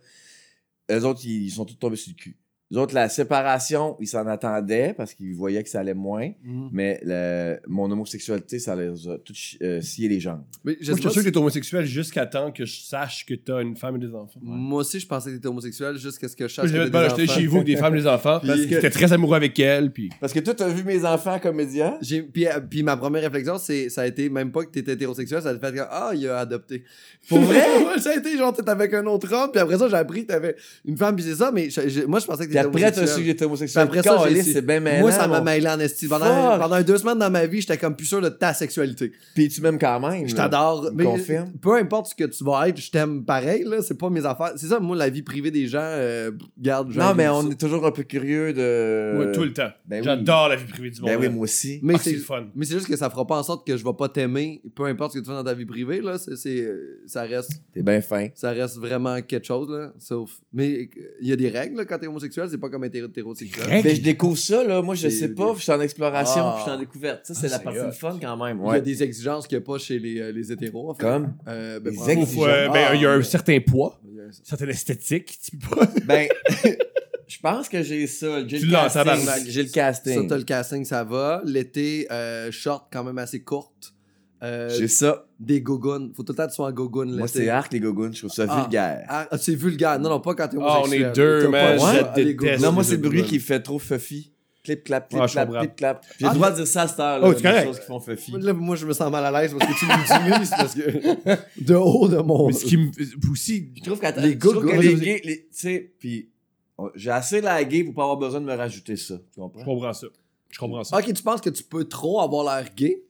S2: Eux autres, ils, ils sont tous tombés sur le cul. Eux autres, la séparation, ils s'en attendaient parce qu'ils voyaient que ça allait moins. Mais le- mon homosexualité, ça les a tout chi- euh, scié les jambes.
S1: Mais je sais
S3: Moi, je
S1: pas
S3: suis sûr
S1: si-
S3: que t'es homosexuel jusqu'à temps que je sache que t'as une femme et des enfants. Moi,
S1: Moi aussi, je pensais que t'étais homosexuel jusqu'à ce que je sache.
S3: je
S1: que
S3: vais
S1: t'as des
S3: j'étais
S1: enfants.
S3: chez vous avec des femmes et des enfants.
S2: Puis-
S3: parce que j'étais très amoureux avec elle. Puis...
S2: Parce que toi, t'as vu mes enfants comédiens?
S1: J'ai- Puis, euh, puis ma première réflexion, c'est, ça a été même pas que t'étais hétérosexuel, ça a été fait que, ah, il a adopté. Pour vrai? Ouais, ça a été genre, t'étais avec un autre homme, puis après ça, j'ai appris que t'avais une femme, puis c'est ça, mais je- je- moi, je pensais que
S2: Puis
S1: t'étais
S2: après, t'as
S1: homosexuel.
S2: su que j'étais homosexuel.
S1: Puis après ça,
S2: Caliste,
S1: j'ai su-
S2: c'est bien mêlant.
S1: moi, ça m'a
S2: mon-
S1: mêlé en esti. Pendant, euh,
S2: Fuck.
S1: pendant deux semaines dans ma vie, j'étais comme plus sûr de ta sexualité.
S2: Puis tu m'aimes quand même.
S1: Je
S2: là.
S1: t'adore.
S2: me
S1: Mais
S2: confirme.
S1: peu importe ce que tu vas être, je t'aime pareil, là. C'est pas mes affaires. C'est ça, moi, la vie privée des gens, euh, garde. j'en
S2: Non, mais
S1: ai
S2: on
S1: ça.
S2: est toujours un peu curieux de.
S1: Euh,
S3: Moi, tout le temps.
S2: ben oui.
S3: J'adore la vie privée du monde.
S2: Ben oui,
S3: là.
S2: moi aussi.
S1: Mais
S3: Ah,
S1: c'est-
S3: c'est le fun.
S1: Mais c'est juste que ça fera pas en sorte que je vais pas t'aimer, peu importe ce que tu fais dans ta vie privée, là. C'est, c'est, euh, ça, reste,
S2: T'es bien fin.
S1: ça reste vraiment quelque chose, là. Sauf. Mais euh, il y a des règles, là, quand t'es homosexuel, c'est pas comme être hétérosexuel.
S2: Ben, je découvre ça, là. Moi, je
S1: C'est-
S2: sais pas. Je suis en exploration,
S1: Ah.
S2: puis je suis en découverte. Ça, c'est
S3: Ah,
S2: la
S3: c'est
S2: partie
S3: hot.
S2: de fun quand même.
S1: Il y
S2: Ouais.
S1: a des exigences qu'il n'y a pas chez les, euh, les hétéros, en fait.
S2: Comme.
S1: Euh, ben,
S2: Des
S1: probablement-
S2: exigences.
S3: Faut, euh, ben, il y a un certain poids,
S1: Il y a un-
S3: une certaine esthétique. Tu peux pas.
S2: Ben, je pense que j'ai ça. J'ai
S3: Tu
S2: le
S3: l'as,
S2: casting.
S3: tabarnak.
S2: J'ai le
S1: Ça,
S2: casting.
S1: t'as le casting, ça va. L'été, euh, short quand même assez courte. Euh,
S2: J'ai ça.
S1: des gogoons. Faut tout le temps que tu sois en gogoon
S2: Moi,
S1: l'été.
S2: c'est arc, les gogoons. Je trouve ça
S1: Ah.
S2: vulgaire.
S1: Ah, ah, c'est vulgaire. Non, non, pas quand t'es
S3: Ah, on
S1: homosexuel.
S3: est deux,
S1: T'as
S3: man.
S1: pas le droit
S2: Je
S1: à des
S3: déteste.
S1: gogoons.
S2: Non, moi, c'est le
S3: de
S2: bruit
S3: gun.
S2: qui fait trop fuffy. Clip, clap, clip,
S3: Ah, je
S2: clap,
S3: comprends.
S2: clip, clap. J'ai
S1: Ah,
S2: le droit de dire ça à cette heure-là.
S3: Oh, c'est
S2: des
S3: correct.
S2: choses qui font fuffy.
S1: Là, moi, je me sens mal à l'aise parce que tu l'utilises parce que de haut de
S2: Oh,
S1: mon.
S3: Mais ce qui
S2: euh,
S3: me. Aussi.
S2: Je trouve qu'à-
S1: Les
S2: je trouve
S1: gars,
S2: que les
S1: gars,
S2: gays, les- tu sais, puis on- j'ai assez lagué pour pas avoir besoin de me rajouter ça. Tu
S3: Je
S2: comprends?
S3: comprends ça. Je comprends
S2: Ah,
S3: ça.
S1: Ok, tu penses que tu peux trop avoir l'air gay?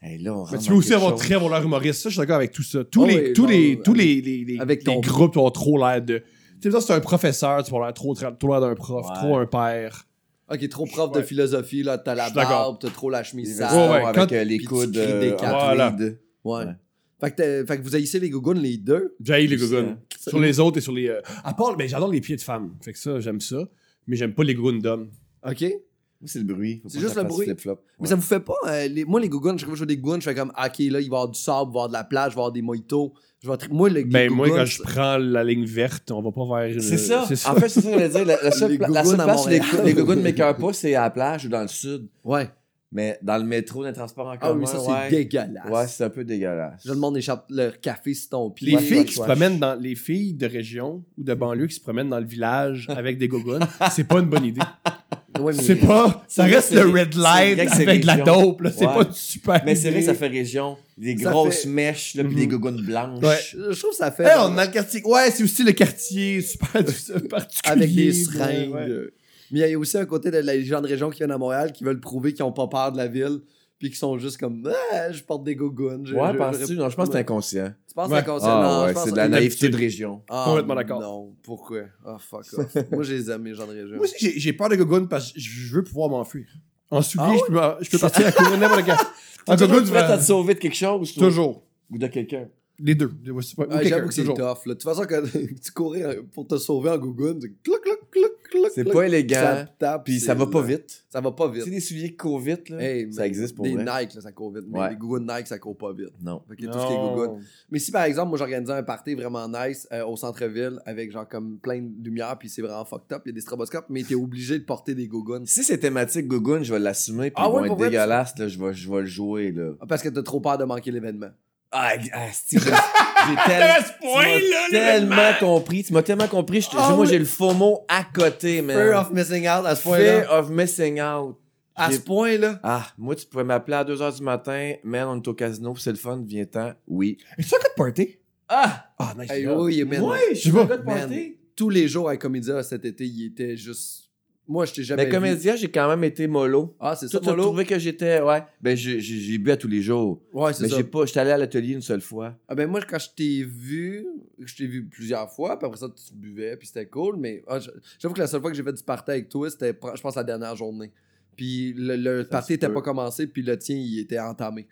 S2: Hey, là, on
S3: Mais
S2: rentre
S3: tu
S2: dans
S3: peux aussi
S2: quelque
S3: avoir
S2: chose.
S3: très voleur humoriste. Ça, je suis d'accord avec tout ça. Tous
S1: Oh,
S3: les,
S1: oui,
S3: tous
S1: bon,
S3: les, tous
S1: avec-
S3: les, les, les,
S1: avec
S3: les
S1: ton-
S3: groupes ont trop l'air de. Tu sais, si c'est un professeur, tu vas l'air trop, trop l'air d'un prof,
S2: Ouais.
S3: trop un père.
S1: Ok, trop prof de
S3: Ouais.
S1: philosophie, là, t'as la
S3: Je suis d'accord.
S1: barbe, t'as trop la chemise
S2: Ça,
S1: sale.
S3: Ouais, ouais,
S2: avec
S3: quand-
S2: euh, les
S1: puis tu
S2: coudes
S1: cries des
S2: euh,
S1: quatre
S2: en
S3: lignes.
S2: tweed.
S1: Ouais.
S2: Ouais.
S1: Fait, que t'as- fait que vous haïssez les gougounes, les deux.
S3: J'haïs les
S2: Juste,
S3: gogoons. Sur les autres et sur les. euh, À part, mais j'adore les pieds de femmes. Fait que ça, j'aime ça. Mais j'aime pas les gogoons d'hommes.
S1: OK? Mais
S2: Moi, C'est le bruit. Faut
S1: C'est
S2: pas
S1: juste
S2: que ça
S1: le
S2: fasse
S1: bruit.
S2: flip-flop. Ouais.
S1: ça vous fait pas. euh, les- Moi, les gougounes, chaque fois que je vois des gougounes, je fais comme, ah, OK, là, il va y avoir du sable, il va y avoir de la plage, il va y avoir des mojitos. Je vais tri- Moi, les, les
S3: Ben, moi,
S1: gougounes,
S3: quand je prends la ligne verte, on va pas vers.
S2: C'est
S3: euh,
S2: ça.
S3: C'est ça.
S2: En fait, c'est ça que je voulais dire. La, la seule,
S1: Les
S2: pla- la
S1: gogoons
S2: seule
S1: à
S2: place où les,
S1: Montréal.
S2: go- les gogoons ne m'écœurent pas, c'est à la plage ou dans le sud.
S1: Ouais.
S2: Mais dans le métro, dans les transports en commun.
S1: Ah oui, ça, c'est
S2: ouais.
S1: dégueulasse.
S2: Ouais, c'est un peu dégueulasse.
S1: Je demande échappe leur café sur ton pied.
S3: Les
S2: Ouais,
S3: filles
S2: ouais,
S3: qui
S2: ouais.
S3: se promènent dans les filles de région ou de banlieue qui se promènent dans le village avec des gogoons, c'est pas une bonne idée.
S1: Ouais, mais-
S3: C'est pas. Ça
S2: C'est vrai
S3: reste
S2: que
S3: le
S2: c'est-
S3: red
S2: c'est vrai
S3: light
S2: que c'est
S3: avec de la
S2: région.
S3: dope. là. C'est
S2: Ouais.
S3: pas super.
S2: Mais c'est vrai que
S3: idée.
S2: ça fait région. Des
S1: Ça
S2: grosses
S1: fait-
S2: mèches, là, puis
S3: Mhm.
S2: des gogoons blanches.
S3: Ouais.
S1: Je trouve que ça fait.
S3: Eh, on a le quartier. Ouais, c'est aussi le quartier super super particulier.
S1: Avec des
S3: ouais,
S1: seringues. euh.
S3: ouais.
S1: Mais il y a aussi un côté de la les gens de région qui viennent à Montréal qui veulent prouver qu'ils n'ont pas peur de la ville. Puis qui sont juste comme, Ah, je porte des gougounes. je-
S2: Ouais,
S1: je-
S2: penses-tu? Non, je pense que c'est inconscient.
S1: Tu penses
S3: Ouais.
S1: que c'est
S2: Ah ouais,
S1: pense
S2: c'est de
S1: que-
S2: la
S3: c'est
S2: naïveté de
S3: d'habitude.
S2: région.
S1: Ah,
S3: Complètement d'accord.
S1: Non, pourquoi? Ah, fuck off. Moi, je les aime, les gens de région.
S3: Moi aussi, j'ai- j'ai peur de gogoon parce que je veux pouvoir m'enfuir. En soulier,
S1: Ah ouais?
S3: je, peux, m'en- je peux partir à courir n'importe quand. En
S2: Toujours
S3: gogoon, tu
S2: prêt à
S3: vas.
S2: te sauver de quelque chose ou-
S3: Toujours.
S2: ou de quelqu'un.
S3: Les deux. Ou quelqu'un,
S1: Ah, J'avoue que c'est
S3: toujours.
S1: tough. Là. De toute façon, quand tu courais euh, pour te sauver en gougoune, tu cloc, cloc, cloc, cloc.
S2: C'est
S1: cloc,
S2: pas élégant,
S1: ça te tape,
S2: puis
S1: c'est
S2: ça va pas
S1: lent.
S2: vite.
S1: Ça va pas
S2: Tu sais,
S1: vite.
S2: des souliers qui courent vite, là.
S1: Hey,
S2: ça
S1: mais
S2: existe pour
S1: Des
S2: vrai.
S1: Nike, là, ça court vite. Mais
S2: Ouais.
S1: les gougounes Nike, ça court pas vite.
S2: Non.
S1: Fait que tout ce qui est
S3: Non.
S1: gougoune. Mais si par exemple, moi j'organisais un party vraiment nice euh, au centre-ville avec genre comme plein de lumière, puis c'est vraiment fucked up, il y a des stroboscopes, mais t'es obligé de porter des gougounes.
S2: Si c'est thématique Gogun, je vais l'assumer, puis
S1: Ah
S2: ils vont
S1: ouais, pour
S2: être
S1: vrai,
S2: dégueulasses, là, je vais, je vais le jouer, là.
S1: Ah, Parce que t'as trop peur de manquer l'événement.
S2: Ah, ah, si, j'ai j'ai tellement...
S3: point-là,
S2: tellement compris, tu m'as tellement compris, je te-
S1: Ah
S2: moi
S1: oui.
S2: j'ai le faux mot à côté, man.
S1: Fear of missing out à ce point-là.
S2: Ben, Fear of missing out.
S1: À ce
S2: J'ai-
S1: point-là.
S2: Ah, moi tu pourrais m'appeler à 2h du matin, man, on est au casino, c'est le fun, viens-t'en, oui.
S3: Et ça, quand party?
S2: Ah!
S3: Ah, nice.
S1: Hey,
S3: job.
S1: oui, man.
S2: Moi, je suis
S3: J'y vais.
S2: un gars de
S1: Man.
S2: party.
S1: Tous les jours à Comédia cet été, il était juste. Moi, je t'ai jamais.
S2: Mais
S1: vu.
S2: comédien, j'ai quand même été mollo.
S1: Ah, c'est ça,
S2: Toi, t'as
S1: Polo?
S2: trouvé que j'étais. Ouais. Ben, j'ai- j'ai j'ai bu à tous les jours.
S1: Ouais, c'est
S2: Mais
S1: ça.
S2: Ben, j'ai pas. J'étais allé à l'atelier une seule fois.
S1: Ah, ben moi, quand je t'ai vu, je t'ai vu plusieurs fois, puis après ça, tu buvais, puis c'était cool, mais ah, je- j'avoue que la seule fois que j'ai fait du party avec toi, c'était, pr- je pense, la dernière journée. Puis le, le
S2: se
S1: party était
S2: peut.
S1: pas commencé, puis le tien, il était entamé.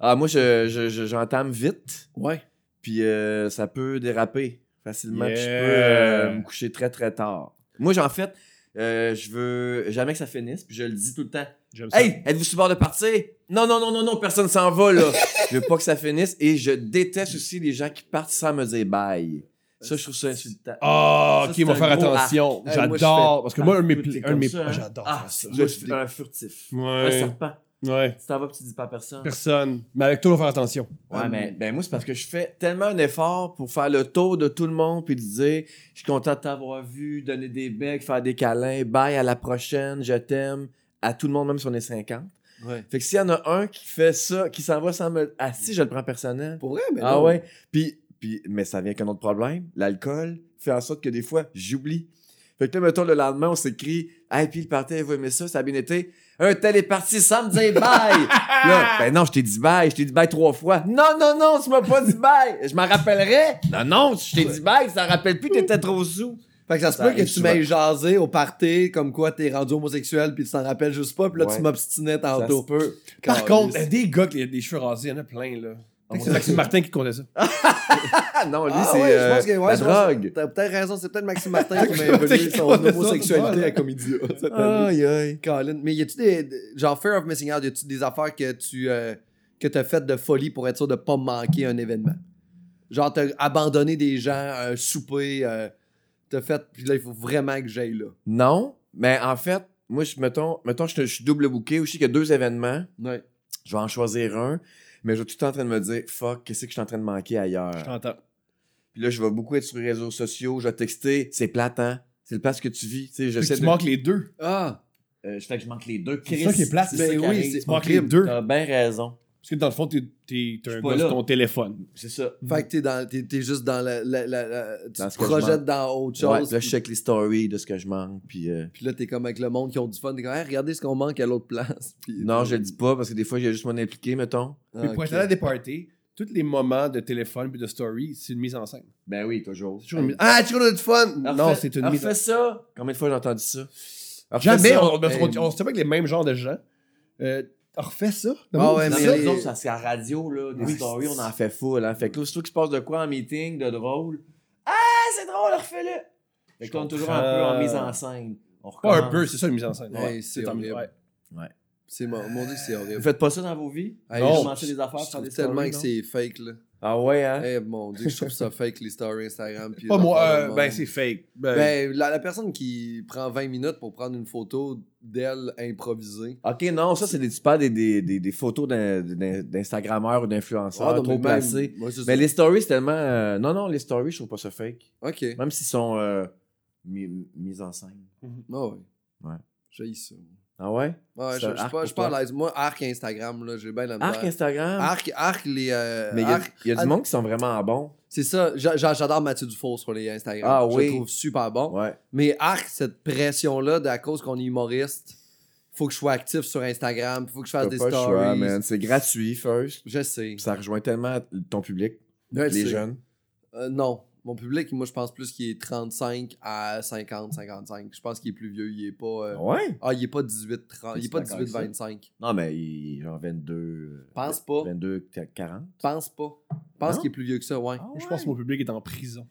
S2: Ah, moi, j'entame je, je- j'entame vite.
S1: Ouais.
S2: Puis euh, ça peut déraper facilement. puis je peux
S3: Yeah.
S2: euh, me coucher très, très tard. Moi, j'en fait. euh, je veux jamais que ça finisse, puis je le dis tout le temps.
S3: J'aime ça.
S2: Hey, êtes-vous sur le bord de partir? Non, non, non, non, non, personne s'en va, là. je veux pas que ça finisse, et je déteste aussi les gens qui partent sans me dire bye. Ça, je trouve ça insultant.
S3: Ah,
S2: Ça,
S3: ok,
S2: c'est
S3: on va
S2: un
S3: faire
S2: gros
S3: attention.
S1: Hey, moi, je
S3: J'adore. parce que moi, un de mes.
S2: Écoute, t'es
S3: pla- Un de
S2: comme
S3: mes
S2: ça, hein?
S3: j'adore
S2: Ah,
S3: faire ça.
S2: moi, je suis un furtif. Un
S3: Ouais.
S2: serpent.
S3: Ouais.
S2: Tu t'en vas, puis tu dis pas à personne.
S3: Personne. Mais avec toi, on va faire attention.
S2: Ouais,
S1: Hum.
S2: mais ben moi, c'est parce que je fais tellement un effort pour faire le tour de tout le monde puis de dire Je suis content de t'avoir vu, donner des becs, faire des câlins, bye à la prochaine, je t'aime, à tout le monde, même si on est 50.
S1: Ouais.
S2: Fait que s'il y en a un qui fait ça, qui s'en va sans me. Ah, si, je le prends personnel.
S1: Pour vrai, mais.
S2: Ah
S1: non.
S2: ouais. Puis, puis, mais ça vient avec un autre problème. L'alcool fait en sorte que des fois, j'oublie. Fait que là, mettons, le lendemain, on s'écrit Hey, puis le party, vous aimez ça, ça a bien été. Un tel est parti sans me dire bye. là, ben non, je t'ai dit bye, je t'ai dit bye trois fois. Non, non, non, tu m'as pas dit bye. Je m'en rappellerai. Non, non, je t'ai dit bye, ça rappelle plus, t'étais trop sous.
S1: Fait que ça se
S2: Ça
S1: peut que
S2: arrive
S1: tu m'aies jasé au party, comme quoi t'es rendu homosexuel, puis tu t'en rappelles juste pas, puis là,
S2: Ouais.
S1: tu m'obstinais
S2: Ça se
S1: tantôt.
S2: peut.
S3: Par
S1: Caliste.
S3: contre, il y a des gars qui ont des cheveux rasés, il y en a plein, là.
S1: Ah,
S3: C'est Maxime Martin qui comptait ça.
S2: Ah non, lui,
S1: Ah
S2: c'est
S1: ouais, je
S2: euh,
S1: pense que- ouais,
S2: la
S1: je pense que
S2: drogue.
S1: T'as peut-être raison, c'est peut-être Maxime Martin qui m'a
S3: C'est
S1: évolué
S3: qui
S1: son
S3: comptait ça,
S1: homosexualité
S3: ouais.
S1: à Comédia cette année.
S2: Aïe, aïe.
S1: Colin, mais y a-tu des. de- Genre, Fear of Missing Out, y a-tu des affaires que tu. euh, que t'as faites de folie pour être sûr de pas manquer un événement? Genre, t'as abandonné des gens, un souper, euh, t'as fait. Puis là, il faut vraiment que j'aille là.
S2: Non, mais en fait, moi, je, mettons, mettons, je, je suis double booké ou je sais qu'il y a deux événements.
S1: Ouais.
S2: je vais en choisir un, mais je vais tout le temps en train de me dire fuck, qu'est-ce que je suis en train de manquer
S3: Je
S2: ailleurs.
S3: t'entends.
S2: Puis là, je vais beaucoup être sur les réseaux sociaux, je vais texter, c'est plate, hein? C'est le place que tu vis. Tu sais,
S3: Fait que
S2: j'essaie
S3: Tu
S2: de.
S3: manques les deux.
S1: Ah!
S2: Euh, je fais que je manque les deux.
S3: C'est
S2: Chris,
S3: ça qui est plate,
S1: ben
S2: ça qui
S1: oui,
S2: arrive.
S1: c'est-
S3: Tu manques les deux.
S2: T'as bien raison.
S3: Parce que dans le fond, t'es- t'es t'es
S2: Ah. Je
S3: un
S2: suis pas
S3: gars
S2: là.
S3: sur ton téléphone.
S2: C'est ça.
S1: Fait que t'es, dans, t'es, t'es juste dans la. la- la- la- tu
S2: Dans
S1: te
S2: ce que je
S1: projettes dans autre
S2: Ouais,
S1: chose.
S2: puis là, je check les stories de ce que je manque. Puis, euh,
S1: puis là, t'es comme avec le monde qui ont du fun. T'es comme, Hey, regardez ce qu'on manque à l'autre place. Puis-
S3: euh,
S2: Non, je le dis pas parce que des fois, j'ai juste mon impliqué, mettons.
S1: Ah,
S3: Mais pour
S1: ok.
S3: être allé à des parties, tous les moments de téléphone puis de story, c'est une mise en scène.
S2: Ben oui, toujours.
S3: C'est toujours une mise- Ah, tu as du fun!
S2: Refais-
S3: Non, c'est une mise en
S2: refais ça! Combien de fois j'ai entendu ça? Refais
S3: Jamais,
S2: ça.
S3: on, on,
S2: Hey,
S3: on, on se tient pas avec les mêmes genres de gens. Euh, on refait ça.
S1: Ah ouais,
S2: Non,
S1: mais-
S2: mais les autres, ça, c'est à radio, là, des
S3: Oui,
S2: stories,
S3: c'est-
S2: on en fait full. Hein. Fait que là, surtout qu'il se passe de quoi en meeting, de drôle. Ah, c'est drôle, refais-le! Fait
S3: Je
S2: que là, on est toujours
S3: comprends.
S2: un peu en mise en scène. On
S3: Pas
S2: recommence.
S3: un peu, c'est ça une mise en scène.
S1: Hey,
S3: Ouais,
S1: c'est
S3: tant
S1: horrible.
S3: mieux, ouais.
S1: C'est mon, mon dieu, c'est
S2: Vous
S1: horrible.
S2: faites pas ça dans vos vies?
S1: Hey,
S2: Vous
S3: Non.
S2: commencez des affaires,
S1: je
S2: faire
S1: trouve
S2: des
S1: tellement
S2: stories,
S1: que
S2: non?
S1: c'est fake, là.
S2: Ah ouais, hein?
S1: Eh mon dieu, je trouve ça fake, les stories Instagram. puis
S3: Pas
S1: les
S3: moi,
S1: affaires de
S3: euh,
S1: même.
S3: ben c'est fake. Ben,
S1: Ben, la, la personne qui prend 20 minutes pour prendre une photo d'elle improvisée.
S2: Ok, non, ça, c'est des, tu parles des, des, des, des photos d'un- d'un- d'Instagrammeurs ou d'influenceurs
S1: Ah, non,
S2: trop
S1: mais même-
S2: placés.
S1: Ouais, c'est
S2: Mais
S1: ça.
S2: les stories, c'est tellement. euh, non, non, les stories, je trouve pas ça fake.
S1: Ok.
S2: Même s'ils sont euh, mis, mis en scène.
S1: Non, Ah ouais.
S2: Ouais.
S1: J'ai ça.
S2: Ah ouais?
S1: Ouais,
S2: C'est
S1: je
S2: un
S1: je suis
S2: arc
S1: pas,
S2: pour
S1: je suis pas
S2: toi.
S1: à l'aise. Moi, arc Instagram, là, j'ai bien la misère.
S2: Arc Instagram?
S1: Arc, arc, les. euh,
S2: Mais il y a,
S1: Arc-
S2: y a du
S1: ah,
S2: monde qui sont vraiment bons.
S1: C'est ça, j'a- j'a- j'adore Mathieu Dufour sur les Instagram.
S2: Ah
S1: Je
S2: oui.
S1: le trouve super bon.
S2: Ouais.
S1: Mais arc, cette pression-là, d'à cause qu'on est humoriste, faut que je sois actif sur Instagram, faut que je fasse des
S2: T'as pas le
S1: stories.
S2: choix, man. C'est gratuit, first.
S1: Je sais.
S2: Puis Ça rejoint tellement ton public,
S1: Je
S2: les
S1: sais.
S2: jeunes.
S1: Euh, non. Mon public, moi, je pense plus qu'il est 35 à 50, 55. Je pense qu'il est plus vieux. Il est pas. euh,
S2: Ouais.
S1: Ah, il est pas 18, 30. Il est
S2: Es-tu
S1: pas
S2: d'accord avec
S1: 18,
S2: ça?
S1: 25.
S2: Non, mais il est genre 22.
S1: Pense pas.
S2: 22, 40.
S1: Pense pas. Pense
S2: Non?
S1: qu'il est plus vieux que ça, ouais.
S3: Moi,
S2: Ah
S3: Je pense que mon public est en prison.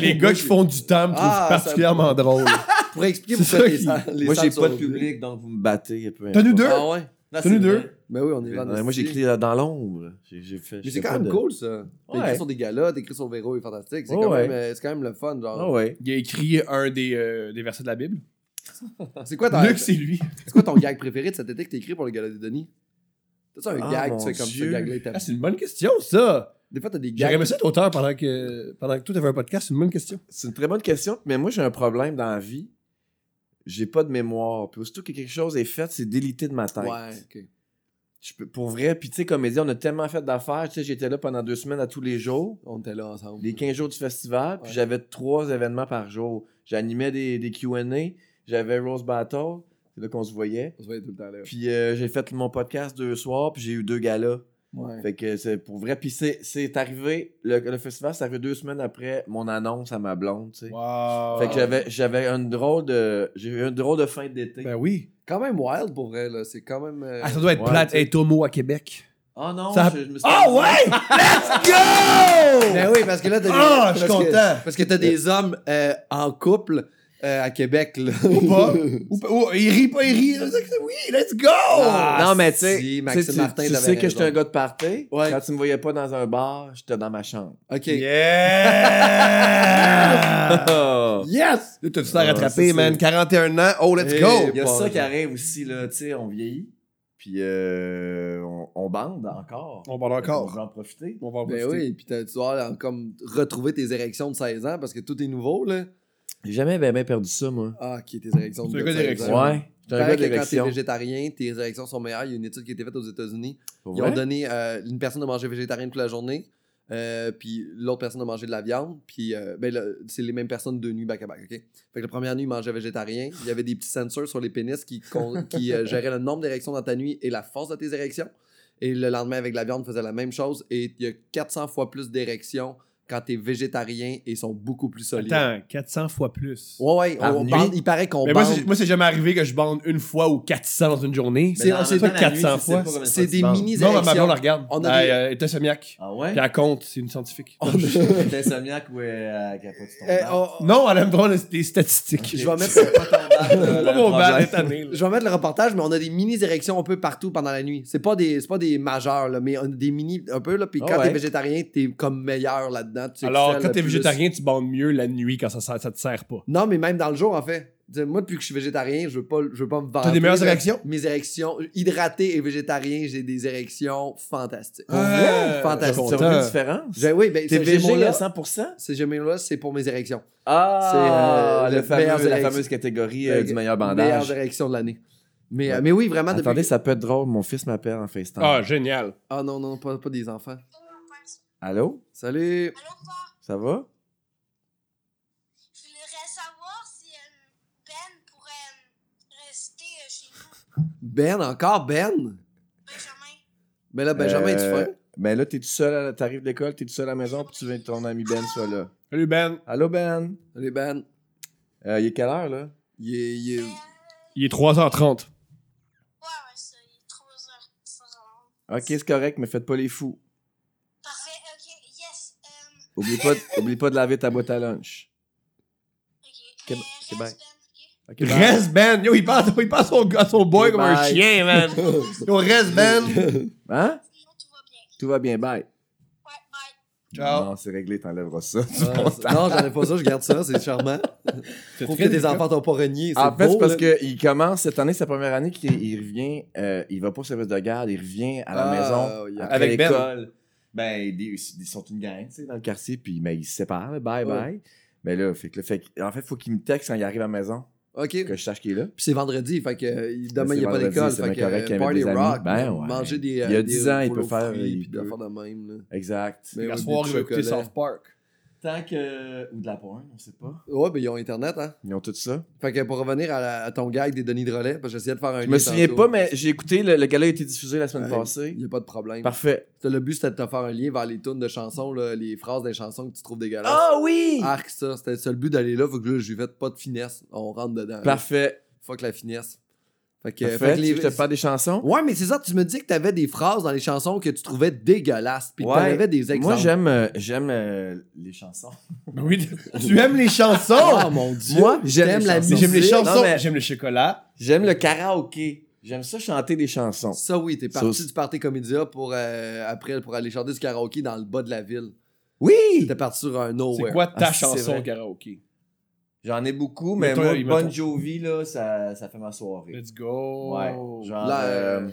S3: les gars qui font du temps me trouvent
S1: Ah, ça-
S3: particulièrement drôle.
S2: Ah.
S1: Pour expliquer
S3: C'est
S1: pourquoi
S3: ça
S1: les,
S3: qui-
S1: salles- les
S2: Moi, j'ai
S1: salles sont
S2: pas de
S1: ouvertes.
S2: public, donc vous me battez. peu
S3: T'as nous
S2: importe.
S3: deux?
S1: Ah ouais?
S2: Là,
S3: T'as nous
S2: c'est
S3: deux?
S2: vrai.
S1: Ben oui, on est
S2: Ouais,
S1: vendredi.
S2: Moi, j'écris euh, dans l'ombre. J'ai- j'ai fait-
S1: Mais
S2: j'ai
S1: c'est quand
S2: pas
S1: même
S2: de-
S1: cool, ça. T'écris
S2: Ouais.
S1: sur des galas, t'écris sur Véro, il est fantastique. C'est
S2: Oh,
S1: quand,
S2: ouais.
S1: même, euh, c'est quand même le fun, genre.
S2: Ah ouais.
S3: Il a écrit un des, euh, des versets de la Bible.
S1: C'est quoi, ta-
S3: Luc, c'est lui.
S1: c'est quoi ton gag préféré de cet été que t'écris pour le gala des Denis? T'as un
S2: Ah,
S1: gag, tu
S2: mon
S1: fais comme
S2: Dieu.
S1: ce gag-là, il t'a-
S3: Ah, c'est une bonne question, ça.
S1: Des fois, t'as des
S3: J'aurais
S1: gags.
S3: aimé ça être auteur pendant que, pendant que toi, t'avais un podcast. C'est une bonne question.
S2: C'est une très bonne question, mais moi, j'ai un problème dans la vie. J'ai pas de mémoire. Puis aussitôt que quelque chose est fait, c'est délité de ma tête.
S1: Ouais, ok.
S2: Je peux- pour vrai, puis tu sais, comédie, on a tellement fait d'affaires. Tu sais, j'étais là pendant deux semaines à tous les jours,
S1: On était là ensemble.
S2: les 15 jours du festival, puis
S1: Ouais.
S2: j'avais trois événements par jour. J'animais des, des QA, j'avais Rose Battle, c'est là qu'on se voyait.
S1: On se voyait tout le temps là.
S2: Puis euh, j'ai fait mon podcast deux soirs, puis j'ai eu deux galas.
S1: Ouais.
S2: Fait que c'est pour vrai. Puis c'est- c'est arrivé, le, le festival, c'est arrivé deux semaines après mon annonce à ma blonde, tu sais.
S3: Wow.
S2: Fait que j'avais j'avais une drôle de j'ai eu une drôle de fin d'été.
S3: Ben oui.
S1: Quand même wild pour vrai, là. C'est quand même. euh,
S3: Ah, ça doit être
S2: Ouais,
S3: plate
S2: tu sais.
S3: être homo à Québec.
S2: oh non,
S3: ça-
S2: je, je me suis
S3: Ah ouais! Let's go!
S1: Ben oui, parce que là, t'as des.
S3: Ah, je suis
S1: parce que-
S3: content.
S1: Parce que t'as des hommes euh, en couple euh, à Québec, là.
S3: Ou pas. Ou pas- ou- il rit pas, il rit. Oui, let's go!
S1: Ah,
S2: non, mais tu sais,
S1: si,
S2: tu
S1: Maxime
S2: sais, tu-
S1: Martin,
S2: tu
S1: t'avais
S2: sais que j'étais un
S1: raison.
S2: gars de party.
S1: Ouais.
S2: Quand tu me voyais pas dans un bar, j'étais dans ma chambre.
S1: Ok.
S3: Yeah!
S1: Ah.
S2: Il
S3: yes! Là, t'as tout ça
S2: Ah,
S3: rattrapé,
S2: ça,
S3: man.
S2: c'est-
S3: 41 ans. Oh, let's
S1: Hey,
S3: go!
S2: y a
S1: pas
S2: ça
S1: raison.
S2: qui arrive aussi, là, tu sais, on vieillit. Puis euh, on, on bande encore.
S3: On parle
S2: On va en profiter.
S3: On va en
S1: Ben
S3: profiter.
S1: oui, puis t'as- tu dois aller, comme retrouver tes érections de 16 ans parce que tout est nouveau, là.
S2: J'ai jamais bien, perdu ça, moi.
S1: Ah, qui est tes érections de
S3: C'est un
S1: gars
S3: gars
S1: de 16
S3: d'érection.
S1: ans.
S2: Ouais. J'étais un
S1: Paraît
S2: gars
S1: que quand t'es
S2: d'élection.
S1: végétarien, tes érections sont meilleures. Il y a une étude qui a été faite aux États-Unis.
S2: Pour
S1: Ils
S2: vrai?
S1: ont donné euh, une personne de manger végétarien toute la journée, euh, puis l'autre personne de manger de la viande, puis euh, ben, le- c'est les mêmes personnes deux nuits back à back, ok? Fait que la première nuit, ils mangeaient végétarien. Il y avait des petits sensors sur les pénis qui, con- qui euh, géraient le nombre d'érections dans ta nuit et la force de tes érections. Et le lendemain, avec la viande, faisait la même chose. Et il y a 400 fois plus d'érections quand t'es végétarien et ils sont beaucoup plus solides.
S3: Attends, 400 fois plus.
S1: Ouais, ouais,
S2: Par
S1: on
S2: nuit?
S1: bande- il paraît qu'on
S3: Mais moi,
S1: bande-
S3: c'est- moi, c'est jamais arrivé que je bande une fois ou 400 dans une journée.
S1: c'est- c'est
S3: pas 400 fois.
S1: C'est des mini
S3: Non, ma blonde, on
S1: érections.
S3: la regarde.
S1: On a
S3: Elle
S1: des-
S3: euh, est insomniaque.
S2: Ah ouais?
S3: Puis elle compte, c'est une scientifique.
S1: On-
S2: T'es insomniaque ou euh, qui a pas de
S1: Euh,
S2: ton
S1: on-
S3: Non, elle aime drôle des statistiques.
S1: Je vais mettre
S3: Pas mon bal, cette année. là.
S1: Je vais mettre le reportage, mais on a des mini-érections un peu partout pendant la nuit. C'est pas des, c'est pas des majeurs, là, mais on a des mini un peu. Là, puis
S2: Ah
S1: quand t'es
S2: ouais.
S1: végétarien, t'es comme meilleur là-dedans. tu
S3: Alors,
S1: excelles
S3: quand t'es
S1: plus.
S3: végétarien, tu bandes mieux la nuit quand ça, ça, ça te sert pas.
S1: Non, mais même dans le jour, en fait. Tu sais, Moi, depuis que je suis végétarien, je veux pas, je veux pas me vanter.
S3: T'as des meilleures
S1: là.
S3: érections?
S1: Mes érections, hydraté et végétarien, j'ai des érections fantastiques.
S3: Pour vrai?
S1: fantastique.
S2: C'est une différence.
S1: J'ai- oui, ben,
S2: T'es
S1: ce- j'ai mon
S2: végé
S1: là.
S2: à 100%?
S1: Ces là c'est pour mes érections.
S2: Ah,
S1: C'est, euh,
S2: le
S1: le
S2: fameux-
S1: meilleur
S2: la
S1: direct-
S2: fameuse catégorie euh,
S1: Ben,
S2: du meilleur
S1: Meilleures
S2: bandage.
S1: érections de l'année. Mais, euh,
S2: Ouais.
S1: mais oui, vraiment. depuis-
S2: Attendez, ça peut être drôle. Mon fils m'appelle en FaceTime.
S3: Ah, génial.
S1: Ah non, non, pas, pas des enfants.
S2: Allô?
S1: Salut.
S4: Alors, toi,
S2: Ça va?
S4: je voudrais savoir si euh, Ben pourrait euh, rester euh, chez nous.
S1: Ben, encore Ben.
S4: Benjamin,
S1: Mais là, Benjamin, tu
S2: Euh,
S1: fais.
S2: Ben là, t'es tout seul, à la- t'arrives de l'école, t'es tout seul à la maison, puis tu veux que ton ami Ben soit là.
S3: Salut, Ben.
S2: Allô, Ben?
S1: Salut Ben.
S2: Euh, il est quelle heure, là? Il est, il
S4: Mais,
S2: est-
S4: euh, ouais,
S3: Il est 3h30.
S4: ouais, ça, il est 3h30.
S2: Ok, c'est correct, mais faites pas les fous.
S4: Parfait, ok, yes. Um,
S2: Oublie pas, de- oublie pas de laver ta boîte à lunch.
S4: ok,
S2: Québec-
S4: mais
S2: Québec.
S4: reste Ben, ok?
S2: Ok, bye.
S5: Reste Ben! Yo, il parle, il parle à son, à son boy comme un
S2: Bye.
S5: chien, man! Yo, reste Ben!
S2: Hein?
S4: Sinon, tout va bien.
S2: Tout va bien, bye.
S4: Ouais, bye.
S5: Ciao.
S2: Non, c'est réglé, t'enlèveras ça.
S1: Ah, non, j'en ai pas ça, je garde ça, c'est charmant. Je trouve que tes enfants t'ont pas renié.
S2: En fait,
S1: beau,
S2: c'est parce
S1: là.
S2: qu'il commence cette année, sa première année, qu'il il revient, euh, il va pas au service de garde, il revient à la
S1: Ah,
S2: maison
S1: oui,
S2: après
S5: avec Ben.
S2: l'école. Ben, ils, ils sont une gang, tu sais, dans le quartier, puis ben, ils se séparent, là, bye
S1: Ouais.
S2: bye. Mais là, fait que, là, fait que- en fait, faut qu'il me texte quand il arrive à la maison,
S1: OK.
S2: que je sache qu'il est là.
S1: Puis c'est vendredi, fait que euh, demain,
S2: C'est
S1: il n'y a pas
S2: vendredi,
S1: d'école.
S2: c'est
S1: Fait
S2: bien
S1: que
S2: correct qu'il y
S1: euh,
S2: avait
S1: party
S2: des amis.
S1: rock,
S2: Ben ouais.
S1: manger des
S2: Il y a
S1: euh,
S2: 10
S1: des
S2: ans, il
S1: rouleaux
S2: peut faire,
S1: fruits,
S2: il
S1: puis des
S2: peut.
S1: affaires de même, là.
S2: Exact.
S1: Mais
S3: La
S1: oui,
S3: soirée,
S1: du
S3: il va écouter
S1: chocolat.
S3: South Park.
S2: Tant que. euh, Ou de la pointe, on sait pas.
S1: Ouais, ben ils ont Internet, hein.
S2: Ils ont tout ça.
S1: Fait que pour revenir à, la- à ton gag des Denis de relais, parce que j'essayais de faire un
S2: Je
S1: lien
S2: me souviens
S1: tantôt.
S2: pas, mais j'ai écouté, le, le gala a été diffusé la semaine
S1: Ouais.
S2: passée.
S1: Il n'y a pas de problème.
S2: Parfait.
S1: Le but, c'était de te faire un lien vers les tunes de chansons, là, les phrases des chansons que tu trouves dégueulasses.
S2: Ah oui!
S1: Arc, ça. C'était ça le but d'aller là. Faut que là, je lui fasse pas de finesse. On rentre dedans. Là.
S2: Parfait.
S1: Fuck la finesse. Fait que, fait
S2: Parfait.
S1: que
S2: Tu
S1: les-
S2: veux que je te parle des chansons?
S1: Ouais, mais c'est ça. Tu me dis que t'avais des phrases dans les chansons que tu trouvais dégueulasses. Puis que
S2: Ouais.
S1: t'avais des exemples.
S2: Moi, j'aime euh, j'aime euh, les chansons.
S3: Ben Oui,
S5: Tu aimes les chansons?
S1: Oh mon dieu.
S2: Moi, j'aime
S1: T'aimes
S2: les
S1: la
S2: chansons.
S1: musique.
S3: j'aime les
S2: Ah, Non,
S3: chansons,
S2: mais-
S3: j'aime le chocolat.
S2: J'aime le karaoké. J'aime ça chanter des chansons.
S1: Ça, oui. T'es parti
S2: Ça-
S1: du Party Comédia pour, euh, après, pour aller chanter du karaoké dans le bas de la ville.
S2: Oui!
S1: T'es parti sur un
S3: C'est
S1: nowhere.
S3: quoi ta
S2: Ah, si, c'est
S3: chanson
S2: vrai.
S3: karaoké?
S2: J'en ai beaucoup, mais
S3: Mettons,
S2: moi,
S3: il- mettons.
S2: Bon Jovi, là, ça, ça fait ma soirée.
S3: Let's go.
S2: Ouais. Genre,
S1: Là, euh,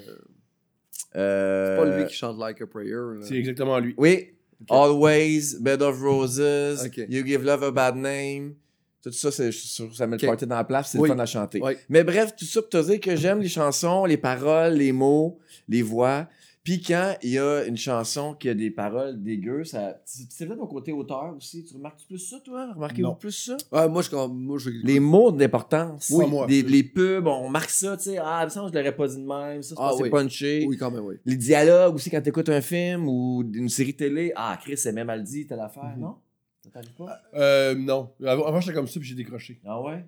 S2: euh,
S1: c'est pas lui qui chante Like a Prayer. là.
S3: euh, C'est exactement lui.
S2: Oui. Always, Bed of Roses,
S1: Ok.
S2: You Give Love a Bad Name. Tout ça, c'est, je suis sûr que ça met
S1: Ok.
S2: le party dans la place, c'est
S1: Oui.
S2: le fun à chanter.
S1: Ouais.
S2: Mais bref, tout ça pour te dire que j'aime les chansons, les paroles, les mots, les voix. Puis quand il y a une chanson qui a des paroles dégueu, ça. C'est c'est peut-être mon côté auteur aussi. Tu remarques plus ça, toi? Remarquez-vous
S3: Non.
S2: plus ça?
S1: Ouais, Ah, moi, je. Moi, je...
S2: Les mots d'importance.
S3: Oui. Pas moi.
S2: Des- les pubs, on marque ça, tu sais. Ah, il me semble que je l'aurais pas dit de même. Ça, c'est
S1: Ah
S2: pas assez
S1: oui.
S2: punché.
S1: Oui, quand même, oui.
S2: Les dialogues aussi, quand t'écoutes un film ou une série télé. Ah, Chris, c'est même dit, telle affaire,
S3: Mhm.
S2: non? Ça t'arrive pas?
S3: Euh, non. Avant, avant, j'étais comme ça, puis j'ai décroché.
S2: Ah ouais?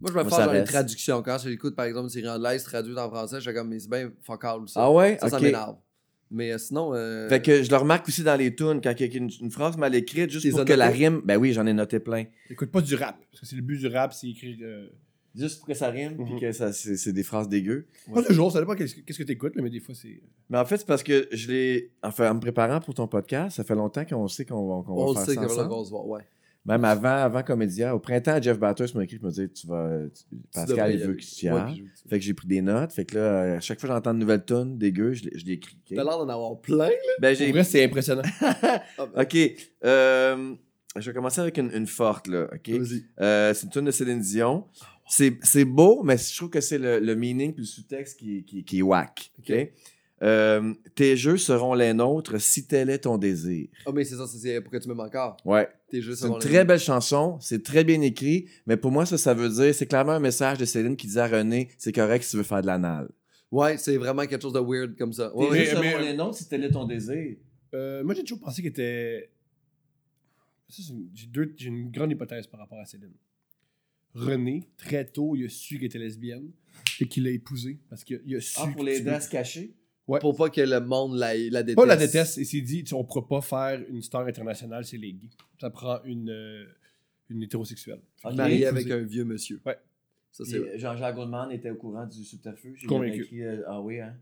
S1: Moi, je me
S2: Moi,
S1: force
S2: ça
S1: dans les
S2: reste.
S1: traductions. Quand j'écoute, par exemple, une série anglaise traduite en français, je fais comme, mais c'est bien fuck all, ça.
S2: Ah ouais?
S1: ça, ça
S2: ok.
S1: m'énerve. Mais euh, sinon. euh,
S2: Fait que je le remarque aussi dans les tunes, quand il y a une, une phrase mal écrite, juste
S1: T'es
S2: pour que la
S1: noté?
S2: rime. Ben oui, j'en ai noté plein.
S3: Écoute pas du rap, parce que c'est le but du rap, c'est écrit. euh,
S2: Juste pour que ça rime, puis
S3: Mhm.
S2: que ça, c'est, c'est des phrases dégueu.
S3: Pas toujours, ça dépend qu'est-ce qu'est-ce que t'écoutes, là, mais des fois c'est.
S2: Mais en fait, c'est parce que je l'ai. Enfin, en me préparant pour ton podcast, ça fait longtemps qu'on sait qu'on va, qu'on va
S1: on
S2: faire
S1: sait
S2: ça
S1: que là,
S2: ensemble.
S1: on se voit, ouais.
S2: Même avant, avant Comédia, au printemps, Jeff Batters m'a écrit pour me dire tu vas, tu-
S1: devrais
S2: Pascal,
S1: y
S2: il veut
S1: aller.
S2: que tu t'y ailles.
S1: Ouais, puis je-
S2: Fait que j'ai pris des notes. Fait que là, à chaque fois que j'entends une nouvelle tune dégueu, je, l'ai- je l'écris. ok?
S1: T'as l'air d'en avoir plein.
S2: Ben,
S3: Pour
S2: j'ai.
S3: vrai, c'est impressionnant.
S2: Ok. euh, je vais commencer avec une, une forte, là. Ok.
S1: Vas-y.
S2: Euh, c'est une tune de Céline Dion. C'est c'est beau, mais je trouve que c'est le, le meaning puis le sous-texte qui, qui, qui est whack. ok? Euh, tes jeux seront les nôtres si tel est ton désir.
S1: Ah, mais c'est ça, c'est- c'est pour que tu m'aimes encore.
S2: Ouais.
S1: T'es juste
S2: C'est une
S1: avant les-
S2: très belle chanson, c'est très bien écrit, mais pour moi, ça, ça veut dire, c'est clairement un message de Céline qui dit à René, c'est correct si tu veux faire de l'anal.
S1: Ouais, c'est vraiment quelque chose de weird comme ça. Ouais,
S2: Tes
S1: ouais.
S2: jeux
S3: mais-
S2: seront les nôtres si tel est ton désir.
S3: Euh, moi j'ai toujours pensé qu'il était. Ça, c'est une- J'ai deux- j'ai une grande hypothèse par rapport à Céline. René, très tôt, il a su qu'elle était lesbienne et qu'il l'a épousée parce qu'il a su.
S2: Ah, pour
S3: que tu
S2: l'aider
S3: veux-
S2: à se cacher?
S1: Pour pas que le monde la, la déteste.
S3: Pas la déteste, il s'est dit tu- on pourra pas faire une star internationale, c'est les gays. Ça prend une, euh, une hétérosexuelle. Fait
S2: Ok.
S3: qu'il l'a
S1: Mariée
S2: Marié
S1: avec
S3: épousée.
S1: un vieux monsieur.
S3: Ouais.
S1: Ça, c'est
S2: Puis, euh,
S1: vrai.
S2: Jean-Jacques Goldman était au courant du subterfuge. Il
S3: Convaincu.
S2: avait écrit, euh, ah oui, hein?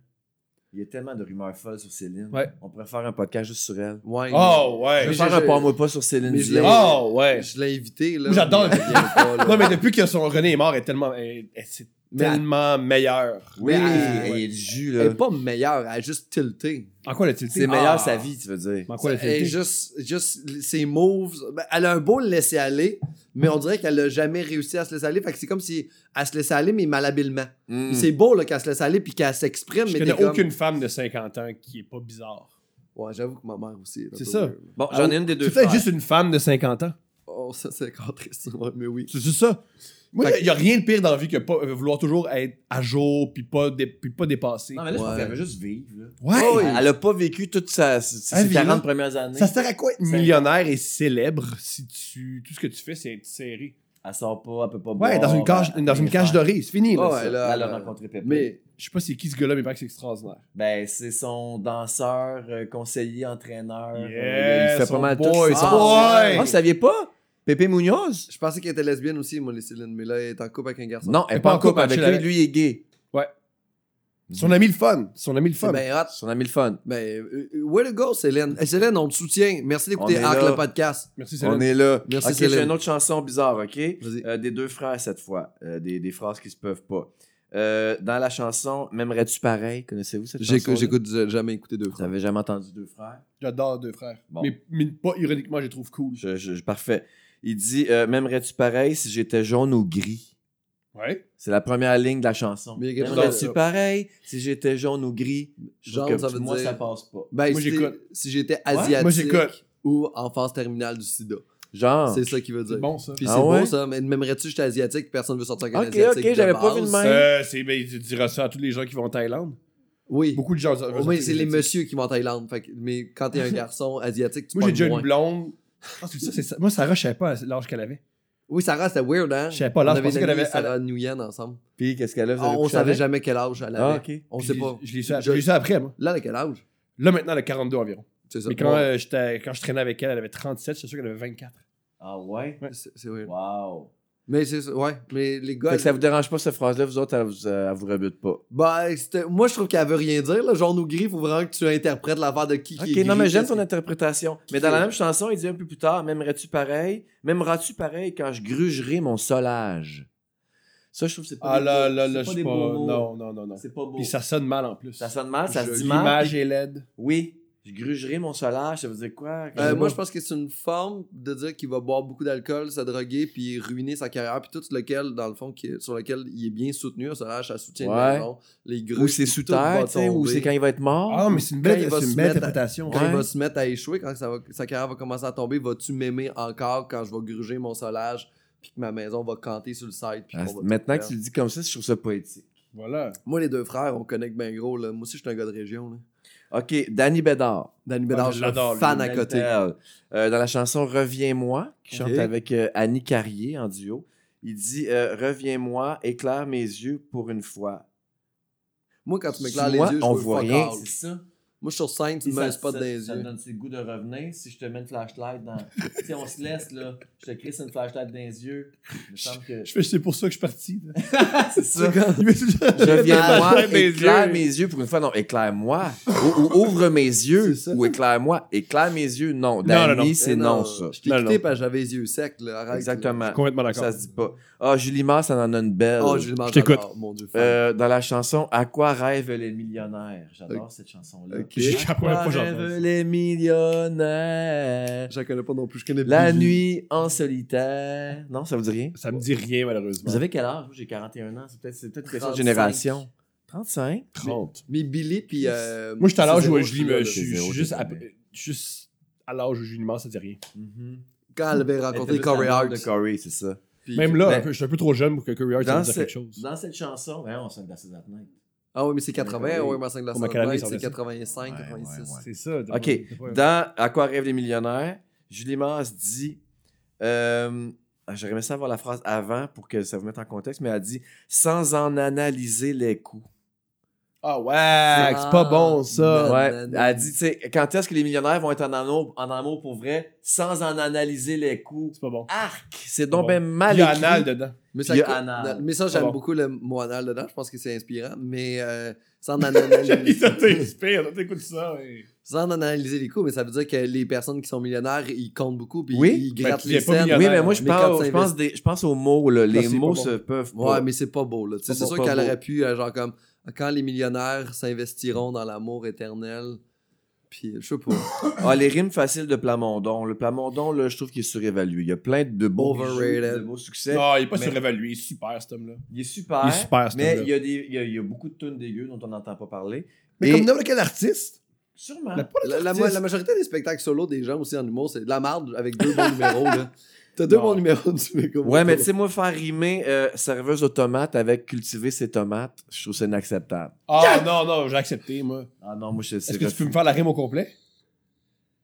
S2: Il y a tellement de rumeurs folles sur Céline.
S3: Ouais.
S2: On pourrait faire un podcast juste sur elle.
S1: Ouais.
S3: Oh ouais!
S2: Je
S1: Mais
S2: vais faire
S1: je-
S2: un parle-moi pas sur Céline
S1: mais je
S2: Dion.
S1: l'ai-
S3: Oh ouais!
S1: Je l'ai invité, là.
S3: Moi, j'adore.
S1: mais elle vient pas, là.
S3: Non, mais depuis que son René est mort, elle est tellement, elle- elle- c'est
S1: Mais elle-
S3: tellement meilleur.
S2: Oui,
S1: Mais
S2: il
S1: elle-
S2: y a du jus,
S1: Ah, elle est
S2: là.
S1: pas meilleure, elle a juste tilté.
S3: En quoi l'a-t-il
S2: C'est meilleur sa vie, tu veux dire.
S3: En quoi
S1: Elle est
S3: l'a-t-il été?
S1: juste, juste ses moves. ben, elle a un beau le laisser aller, mais on dirait qu'elle a jamais réussi à se laisser aller. Fait que c'est comme si elle se laissait aller, mais malhabilement.
S2: Mm.
S1: Puis C'est beau là, qu'elle se laisse aller puis qu'elle s'exprime,
S3: Je
S1: mais
S3: connais
S1: t'es comme-
S3: aucune femme de 50 ans qui est pas bizarre.
S1: Ouais, j'avoue que ma mère aussi. est un
S3: C'est
S1: peu
S3: ça.
S1: weird.
S2: Bon, j'en ai une des deux
S3: C'est peut-être
S2: frères.
S3: juste une femme de 50 ans.
S1: Oh, ça, c'est encore triste. ouais, mais oui.
S3: C'est juste ça. Moi,
S1: Fait
S3: il n'y a rien de pire dans la vie que pas, euh, vouloir toujours être à jour puis pas, dé- puis pas dépasser.
S2: Non, mais là, je pense
S1: Ouais.
S2: qu'elle veut juste vivre, là.
S3: Ouais!
S1: Oh, oui. Ah,
S2: Elle a pas vécu toute sa, ses ses
S3: Elle vit,
S2: 40
S3: là.
S2: premières années.
S3: Ça sert à quoi être
S2: C'est-
S3: millionnaire et célèbre si tu, tout ce que tu fais, c'est être serré?
S2: Elle sort pas, elle peut pas boire.
S3: Ouais, dans une cage,
S2: elle-
S3: dans
S2: elle-
S3: une cage dorée, c'est fini.
S2: Ouais,
S3: Là,
S2: ouais,
S3: ça.
S2: là, elle a
S1: là. euh,
S2: rencontré Pépé.
S1: Mais
S3: Je sais pas c'est qui ce gars-là, mais il paraît que c'est extraordinaire.
S2: Ben, c'est son danseur, euh, conseiller, entraîneur.
S3: Yes,
S2: euh, il fait pas
S3: son
S2: mal de
S3: boy,
S2: tout.
S3: son
S2: Ah,
S3: boy.
S2: ah, vous saviez pas? Pépé Munoz?
S1: je pensais qu'elle était lesbienne aussi, moi, les Céline, mais là, elle est en couple avec un garçon.
S2: Non, elle est pas en couple avec lui.
S3: elle-
S2: Lui, il est gay. Mm-hmm.
S3: Son ami le fun. Son ami le
S2: C'est
S3: fun.
S2: bien hot. Son ami le fun.
S1: Ben, euh, way to go, Céline. Eh, Céline, on te soutient. Merci d'écouter
S2: On est
S1: Hack
S2: là.
S1: le podcast.
S3: Merci,
S2: On
S3: Céline.
S2: est là.
S1: Merci,
S2: ok,
S1: Céline.
S2: j'ai une autre chanson bizarre, ok?
S1: Vas-y.
S2: Euh, des deux frères cette fois. Euh, des, des phrases qui se peuvent pas. Euh, dans la chanson M'aimerais-tu pareil? Connaissez-vous cette chanson?
S1: J'écoute, j'écoute euh, jamais écouté deux
S2: Vous
S1: fois.
S2: avez jamais entendu deux frères?
S3: J'adore deux frères.
S2: Bon.
S3: Mais, mais pas ironiquement, je les trouve cool.
S2: Je, je- je- parfait. Il dit euh, M'aimerais-tu pareil si j'étais jaune ou gris?
S3: Ouais.
S2: C'est la première ligne de la chanson.
S1: Mais il y a quelque
S2: M'aimerais-tu
S1: chose-
S2: pareil si j'étais jaune ou gris? Je trouve
S1: Jaune,
S2: que
S1: ça veut
S2: moi,
S1: dire-
S2: ça passe pas.
S1: Ben,
S3: Moi,
S1: si-
S3: j'écoute.
S1: si j'étais
S3: Moi,
S1: asiatique
S3: j'écoute.
S1: ou en phase terminale du sida.
S2: Genre.
S1: C'est ça qu'il veut dire.
S3: C'est bon, ça.
S1: Puis
S2: Ah
S1: c'est
S2: ouais?
S1: beau ça, mais m'aimerais-tu que j'étais asiatique, personne veut sortir avec un
S2: Ok,
S1: asiatique.
S2: ok,
S1: de
S2: j'avais pas vu
S1: base.
S2: de même.
S3: Euh, c'est, ben, tu diras ça à tous les gens qui vont en Thaïlande.
S1: Oui.
S3: Beaucoup de gens.
S1: Au moins, c'est les messieurs qui vont en Thaïlande. Fait que- mais quand t'es un garçon asiatique, tu
S3: Moi, j'ai
S1: pognes
S3: déjà
S1: moins.
S3: une blonde. Je pense que ça, c'est ça. Moi, Sarah, je savais pas l'âge qu'elle avait.
S1: Oui, Sarah, c'était weird, hein?
S3: Je savais pas
S1: On
S3: l'âge. Je
S1: avait une
S3: pensais qu'elle
S1: amie,
S3: avait.
S1: Sarah Nguyen ensemble.
S2: Puis, qu'est-ce qu'elle a? vous avez
S1: Ah, On, on
S2: couché
S1: savait
S2: avec?
S1: jamais quel âge elle
S2: Ah,
S1: avait.
S2: ok.
S1: On sait pas.
S3: Je l'ai su, je
S1: Je-
S3: l'ai su après, moi.
S1: Là, elle a quel âge?
S3: Là, maintenant, elle a 42 environ.
S1: C'est ça.
S3: Mais quand,
S1: Bon,
S3: euh, j'étais- quand je traînais avec elle, elle avait 37. Je suis sûr qu'elle avait 24.
S2: Ah ouais?
S3: euh,
S1: c'est c'est weird.
S2: Wow.
S1: Mais c'est ça, ouais. Mais les
S2: Fait
S1: gars,
S2: que ça vous dérange pas, cette phrase-là, vous autres, elle vous, euh, elle vous rebute pas.
S1: ben, c'était- moi, je trouve qu'elle veut rien dire. Là. Genre, nous gris, faut vraiment que tu interprètes l'affaire de qui qui
S2: Ok,
S1: est
S2: non,
S1: gris,
S2: mais j'aime
S1: qu'est-ce
S2: ton interprétation. Mais dans la même chanson, il dit un peu plus tard M'aimerais-tu pareil M'aimeras-tu pareil quand je grugerai mon solage Ça, je trouve que c'est pas.
S3: Ah
S2: des
S3: là
S2: beaux-
S3: là
S2: c'est
S3: là, je
S2: des
S3: suis pas.
S2: beaux mots.
S3: Non, non, non, non.
S2: C'est pas beau.
S3: Puis ça sonne mal en plus.
S2: Ça sonne mal, ça
S3: Je-
S2: se dit mal.
S3: L'image est laide.
S2: Oui, je grugerai mon solage, ça veut dire quoi
S1: Euh, moi, je pense que c'est une forme de dire qu'il va boire beaucoup d'alcool, se droguer, puis ruiner sa carrière, puis tout lequel, dans le fond, qui- sur lequel il est bien soutenu, ça lâche, ça soutient
S2: Ouais.
S1: le maison, les grues.
S2: Ou c'est sous terre, tu sais, ou c'est quand il va être mort.
S3: Ah, mais c'est une
S1: Quand
S3: belle,
S1: il va
S3: c'est
S1: se
S3: une belle
S1: mettre à-
S3: interprétation.
S1: Quand il
S2: Ouais.
S1: va se mettre à échouer, quand ça va- sa carrière va commencer à tomber, vas-tu m'aimer encore quand je vais gruger mon solage, puis que ma maison va canter sur le site? puis
S2: Ah,
S1: qu'on va tout
S2: Maintenant que
S1: perdre?
S2: tu le dis comme ça, je trouve ça poétique.
S3: Voilà.
S1: Moi, les deux frères, on connecte bien gros. Là. Moi aussi, je suis un gars de région. Là.
S2: Ok, Danny Bédard.
S1: Danny Bédard,
S3: Ah,
S1: je
S3: je
S1: suis un
S3: l'adore, lui.
S1: fan à
S2: Mel
S1: côté.
S2: Bell. Euh, dans la chanson Reviens-moi, qui
S1: Ok.
S2: chante avec euh, Annie Carrier en duo, il dit euh, Reviens-moi, éclaire mes yeux pour une fois.
S1: Moi, quand tu m'éclaires les
S2: Moi,
S1: yeux, je
S2: on
S1: veux
S2: voit
S1: fuck
S2: rien.
S1: all.
S2: C'est ça.
S1: Moi, je suis sur scène, tu
S2: Si
S1: me
S2: ça-
S1: mets un spot
S2: ça-
S1: dans les
S2: ça
S1: yeux.
S2: me donne le goût de revenir. Si je te mets une flashlight dans. si on se laisse, là, je te crisse une flashlight dans les yeux. Il me semble que.
S3: Je fais- C'est pour ça que je suis parti. là.
S2: C'est ça.
S3: Il me dit-
S2: Reviens-moi,
S3: Mes
S2: éclaire
S3: yeux.
S2: mes yeux pour une fois. Non, éclaire-moi. ou, ou ouvre mes yeux.
S3: C'est ça.
S2: Ou éclaire-moi. Éclaire mes yeux. Non,
S3: non, non.
S2: Danny, c'est
S1: Eh
S2: non, ça.
S1: Je t'ai
S3: Non,
S1: quitté
S3: non.
S1: parce que j'avais les yeux secs. Là. Arrête,
S2: Exactement.
S3: Complètement d'accord.
S2: Ça se dit pas. Ah, Julie Mars, ça en a une belle.
S1: là. Oh, je
S3: Je t'écoute.
S1: Mon Dieu.
S2: Euh, dans la chanson À quoi rêvent les millionnaires J'adore cette chanson-là.
S1: Ok.
S3: J'ai la
S2: À
S3: première
S2: quoi
S3: fois que j'entends
S2: rêvent
S3: ça.
S2: les millionnaires
S1: Je la connais pas non plus. Je connais
S2: La
S1: Billie.
S2: nuit en solitaire. Non, ça vous dit rien
S3: Ça me dit rien, malheureusement.
S2: Vous avez quel âge Moi, J'ai 41 ans. C'est peut-être c'est peut-être une question de
S1: 35.
S2: génération. 35
S3: 30.
S1: Mais Billy, puis. euh,
S3: Moi, je suis à l'âge
S1: c'est
S3: où
S1: zéro,
S3: je lis,
S1: suis là,
S3: mais
S1: là.
S3: je suis je
S2: zéro,
S3: suis juste
S2: t'es
S3: à- juste à l'âge où je lis, ça dit rien.
S2: Mhm.
S1: Quand elle avait
S2: Elle était
S1: rencontré
S2: juste
S1: Corey
S2: la blonde
S1: Hart.
S2: de Corey, c'est ça.
S1: puis- ben
S3: Même là,
S2: Mais-
S3: un peu- je suis un peu trop jeune pour que Curry Hart
S2: Dans,
S3: me dise
S2: ce-
S3: quelque chose.
S2: dans cette chanson, ben, on sonne de la Saturday Night.
S1: Ah oui, mais c'est 80. Oui, ma 5 de la
S3: Oh, mais quelle année
S1: Sainte-Night,
S3: ça
S1: c'est
S3: fait ça?
S1: 85,
S2: Ouais,
S1: 86.
S2: ouais, ouais.
S3: C'est ça. t'as
S2: Ok.
S3: pas- t'as pas-
S2: Dans À quoi rêvent les millionnaires, Julie Mars dit euh, J'aurais aimé ça avoir la phrase avant pour que ça vous mette en contexte, mais elle dit Sans en analyser les coûts.
S3: Ah ouais, c'est pas bon ça.
S1: Ah,
S2: Ouais,
S1: nan, nan.
S2: elle dit tu sais, Quand est-ce que les millionnaires vont être en amour, en amour pour vrai Sans en analyser les coûts.
S3: C'est pas bon.
S2: Arc C'est donc
S3: Bon.
S2: ben mal
S3: Il y a
S2: écrit.
S3: anal dedans.
S1: Mais ça,
S2: Puis il y a
S1: coûte-
S2: anal.
S1: mais ça,
S3: Ah
S1: j'aime
S3: bon.
S1: beaucoup le mot anal dedans. Je pense que c'est inspirant. Mais euh, sans, analyser,
S3: Ça t'inspire, t'écoutes ça. et-
S1: sans analyser les coûts, mais ça veut dire que les personnes qui sont millionnaires, ils comptent beaucoup. Puis
S2: Oui, Ben,
S1: ils grattent
S3: tu
S1: les
S3: es pas
S1: scènes.
S2: Oui, mais moi, je,
S1: Mais quand
S2: parle,
S1: ça
S2: je, pense
S1: investi-
S2: des- je pense aux mots. là. Les
S3: c'est pas
S2: mots
S3: bon.
S2: se peuvent pas.
S1: Ouais, mais c'est pas beau, là. Tu sais,
S2: Pas
S1: C'est
S2: beau,
S1: sûr
S2: pas
S1: qu'elle
S2: beau.
S1: aurait pu, euh, genre, comme quand les millionnaires s'investiront dans l'amour éternel. Puis, je sais pas.
S2: Ah, les rimes faciles de Plamondon. Le Plamondon, là, je trouve qu'il est surévalué. Il y a plein de beaux, bijoux,
S1: Overrated.
S2: de beaux succès.
S3: Non, il est pas
S2: Mais-
S3: surévalué. Il est super, cet homme-là.
S2: Il est super.
S3: Ah. Il est super, ce
S2: mais
S3: homme-là.
S2: il y, a des, il, y a, il y a beaucoup de tunes dégueu dont on n'entend pas parler.
S5: Mais
S2: Et-
S5: comme n'importe quel artiste.
S2: Sûrement.
S3: La-
S1: la, la-
S5: artistes.
S1: la majorité des spectacles solo des gens aussi en humour, c'est de la marde avec deux bons numéros, là. T'as deux
S3: Non.
S1: bons numéros, tu mets comme.
S2: Ouais, mais tu sais, moi, faire rimer euh, serveuse aux tomates avec cultiver ses tomates, je trouve ça inacceptable.
S3: Ah non, non, j'ai accepté, moi.
S2: Ah non, moi, je- c'est
S3: Est-ce que tu
S2: refus.
S3: peux me faire la rime au complet?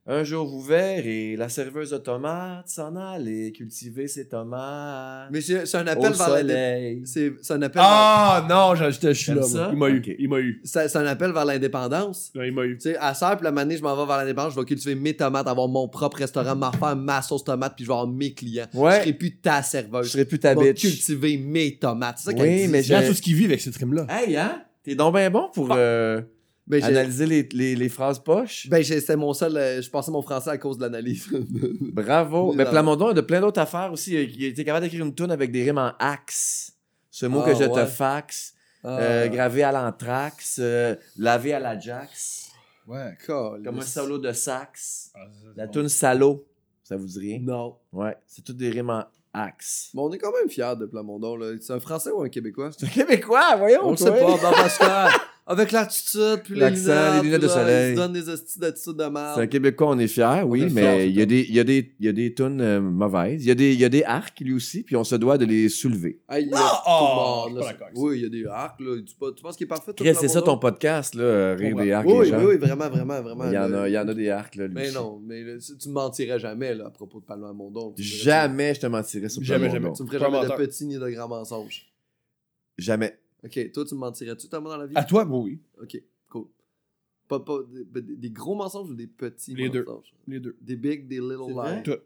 S2: Un jour vous verrez la serveuse de tomates s'en aller cultiver ses tomates.
S1: Mais c'est c'est un
S2: au
S1: appel vers la dé-
S2: soleil.
S1: c'est c'est un appel vers-
S3: Ah non, je, je, je suis
S2: T'aimes
S3: là.
S2: ça?
S3: moi. Il m'a eu.
S2: Ok.
S3: Il m'a eu.
S1: c'est c'est un appel vers l'indépendance.
S3: Ouais, Il m'a eu.
S1: Tu sais, à Serre, puis la manée, je m'en vais vers l'indépendance, je vais cultiver mes tomates, avoir mon propre restaurant, m'en faire ma sauce tomate, puis je vais avoir mes clients. Je
S2: Ouais,
S1: serai plus ta
S2: je
S1: serveuse.
S2: serais plus ta
S1: vais
S2: bitch.
S1: cultiver mes tomates. C'est ça qu'elle
S2: Oui,
S1: dit.
S2: mais
S3: J'ai tout
S2: j'ai.
S3: ce qu'il vit avec ce trim-là.
S2: Hey, hein? T'es donc bien bon pour euh,
S1: Ben, j'ai-
S2: analyser les, les, les phrases poches.
S1: ben, j'ai- c'était mon seul. euh, je passais mon français à cause de l'analyse.
S2: Bravo.
S1: Mais
S2: Mais
S1: non.
S2: Plamondon a de plein d'autres affaires aussi. Euh, Il a- Il a été capable d'écrire une toune avec des rimes en axe. Ce mot
S1: Ah,
S2: que je
S1: ouais.
S2: te faxe.
S1: Ah,
S2: euh, gravé à l'anthrax. euh, lavé à l'ajax.
S1: ouais, cool.
S2: Comme un solo de sax.
S3: Ah, ça, c'est
S2: La
S3: bon.
S2: toune salaud. Ça vous dit rien?
S1: Non.
S2: Ouais. C'est toutes des rimes en axe.
S1: Mais on est quand même fiers de Plamondon. là. C'est un Français ou un Québécois?
S2: C'est un Québécois, voyons.
S1: On le sait
S2: toi.
S1: pas, bon, parce que, ah, avec l'attitude, puis les
S2: L'accent,
S1: lunettes,
S2: les lunettes de
S1: là,
S2: soleil.
S1: Ils se donnent des hosties d'attitude de merde.
S2: C'est un Québécois, on est fiers, oui,
S1: est fiers,
S2: mais il y, a des- il y, a des- il y a des tunes euh, mauvaises. Il y, a des- il y a des arcs, lui aussi, puis on se doit de les soulever.
S1: Hey, il y a
S3: Ah,
S1: tout le monde,
S3: je suis pas
S1: là.
S3: d'accord avec ça.
S1: Oui, il y a des arcs, là. Tu, pas- tu penses qu'il est parfait, toi,
S2: Chris, c'est ça ton
S1: Plamondon?
S2: podcast, là, euh, rire
S3: Ouais.
S2: des arcs,
S1: Oui,
S2: les gens.
S1: oui, oui, vraiment, vraiment, vraiment.
S2: Il y, en
S1: là.
S2: a, il y en a des arcs, là, lui
S1: Mais
S2: aussi.
S1: non, mais là, tu tu me mentirais jamais, là, à propos de Plamondon. Tu me dirais
S2: Jamais je te mentirais sur
S3: Jamais,
S2: Plamondon.
S3: jamais.
S1: Tu me ferais jamais de
S3: Menteur.
S1: petits ni de grands mensonges.
S2: Jamais.
S1: Ok, toi, tu me mentirais-tu, Thomas, dans la vie?
S2: Ah.
S3: À toi, bon, oui.
S1: Ok, cool. Pas, pas, des, des- des gros mensonges ou des petits
S3: Les deux.
S1: mensonges?
S3: Les deux.
S1: Des big, des little lies.
S3: Toi.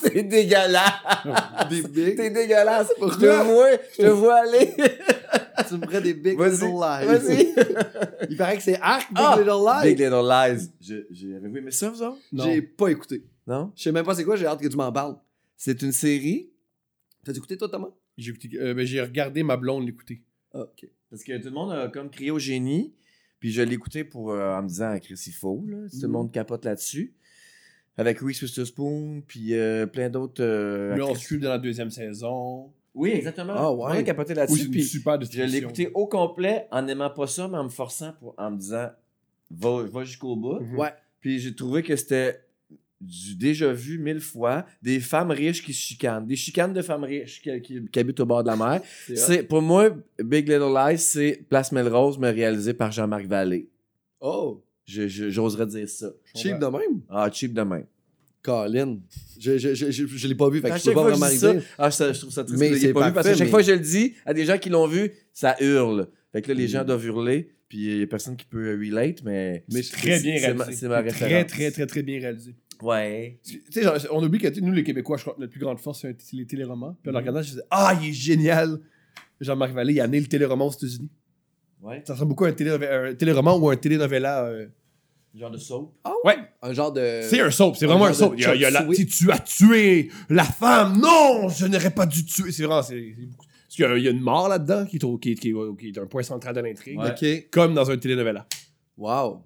S2: T'es dégueulasse!
S1: Ah, Des big,
S2: dégueulasse!
S1: Je te
S2: vois, je te vois aller!
S1: tu me ferais des big,
S2: Vas-y,
S1: little lies.
S2: vas-y.
S1: Il paraît que c'est arc, big,
S2: Ah,
S1: little lies.
S2: Big Little Lies. Je- j'ai- Avez-vous aimé ça, vous autres?
S1: J'ai pas écouté.
S2: Non?
S1: Je sais même pas c'est quoi, j'ai hâte que tu m'en parles.
S2: C'est une série
S1: T'as écouté, toi, Thomas?
S3: J'ai écouté- euh, ben, j'ai regardé ma blonde l'écouter.
S1: Ah, ok.
S2: Parce que tout le monde a comme crié au génie. Puis je l'écoutais pour, euh, en me disant, Ah, Chris, il faut. Là. Tout le
S1: Mhm.
S2: monde capote là-dessus. Avec Reese Witherspoon, puis euh, plein d'autres. euh,
S3: Là, on
S2: actrices.
S3: se suit dans la deuxième saison.
S2: Oui, exactement.
S1: Ah, ouais.
S2: Tout le monde a capoté
S3: Oui, c'est
S2: là-dessus.
S3: une
S2: Puis
S3: super
S2: je
S3: description.
S2: l'ai écouté au complet en n'aimant pas ça, mais en me forçant, pour, en me disant, va, va jusqu'au bout.
S3: Mhm.
S1: Ouais.
S2: Puis j'ai trouvé que c'était du déjà vu mille fois, des femmes riches qui se chicanent, des chicanes de femmes riches qui, qui- qui habitent au bord de la mer.
S1: hot.
S2: C'est pour moi Big Little Lies, c'est Place Melrose mais réalisé par Jean-Marc Vallée.
S1: Oh,
S2: Je- je- J'oserais dire ça.
S1: cheap de même?
S2: Ah cheap demain.
S1: Colin. Je, je, je, je, je l'ai pas vu, fait que
S2: À
S1: je peux
S2: chaque
S1: pas
S2: fois que
S1: vraiment
S2: je dis ça,
S1: arriver.
S2: ah ça, je trouve ça triste.
S1: Mais
S2: que je l'ai
S1: c'est
S2: pas vu parce que
S1: parfait,
S2: chaque
S1: mais-
S2: fois que je le dis à des gens qui l'ont vu, ça hurle. Fait que là les
S1: Mm.
S2: gens doivent hurler, puis il y a personne qui peut euh, relate, mais
S3: Mais
S2: c'est-
S3: très bien
S2: c'est- c'est ma-
S3: réalisé.
S2: C'est ma référence.
S3: Très, très, très, très bien réalisé.
S2: Ouais.
S3: Tu sais, genre, on oublie que tu sais, nous, les Québécois, je crois que notre plus grande force, c'est un- c'est les téléromans. Puis en le regardant, je disais Ah, il est génial Jean-Marc Vallée, il a amené le téléroman aux États-Unis.
S2: Ouais.
S3: Ça ressemble beaucoup à un, télé- un téléroman ou un télénovela. euh.
S2: Genre de soap.
S3: Ouais,
S1: Un genre de.
S3: c'est un soap, c'est vraiment
S1: Euh, un
S3: un
S1: genre
S3: soap.
S1: de
S3: Il y a, il y a la-
S1: Chop Suey.
S3: tu sais, tu as tué la femme Non, je n'aurais pas dû tuer. C'est vraiment. c'est- c'est beaucoup- Parce qu'il y a- il y a une mort là-dedans qui, est au- qui, est- qui est- qui est un point central de l'intrigue.
S2: Ouais.
S1: Ok.
S3: Comme dans un télénovela.
S1: Wow.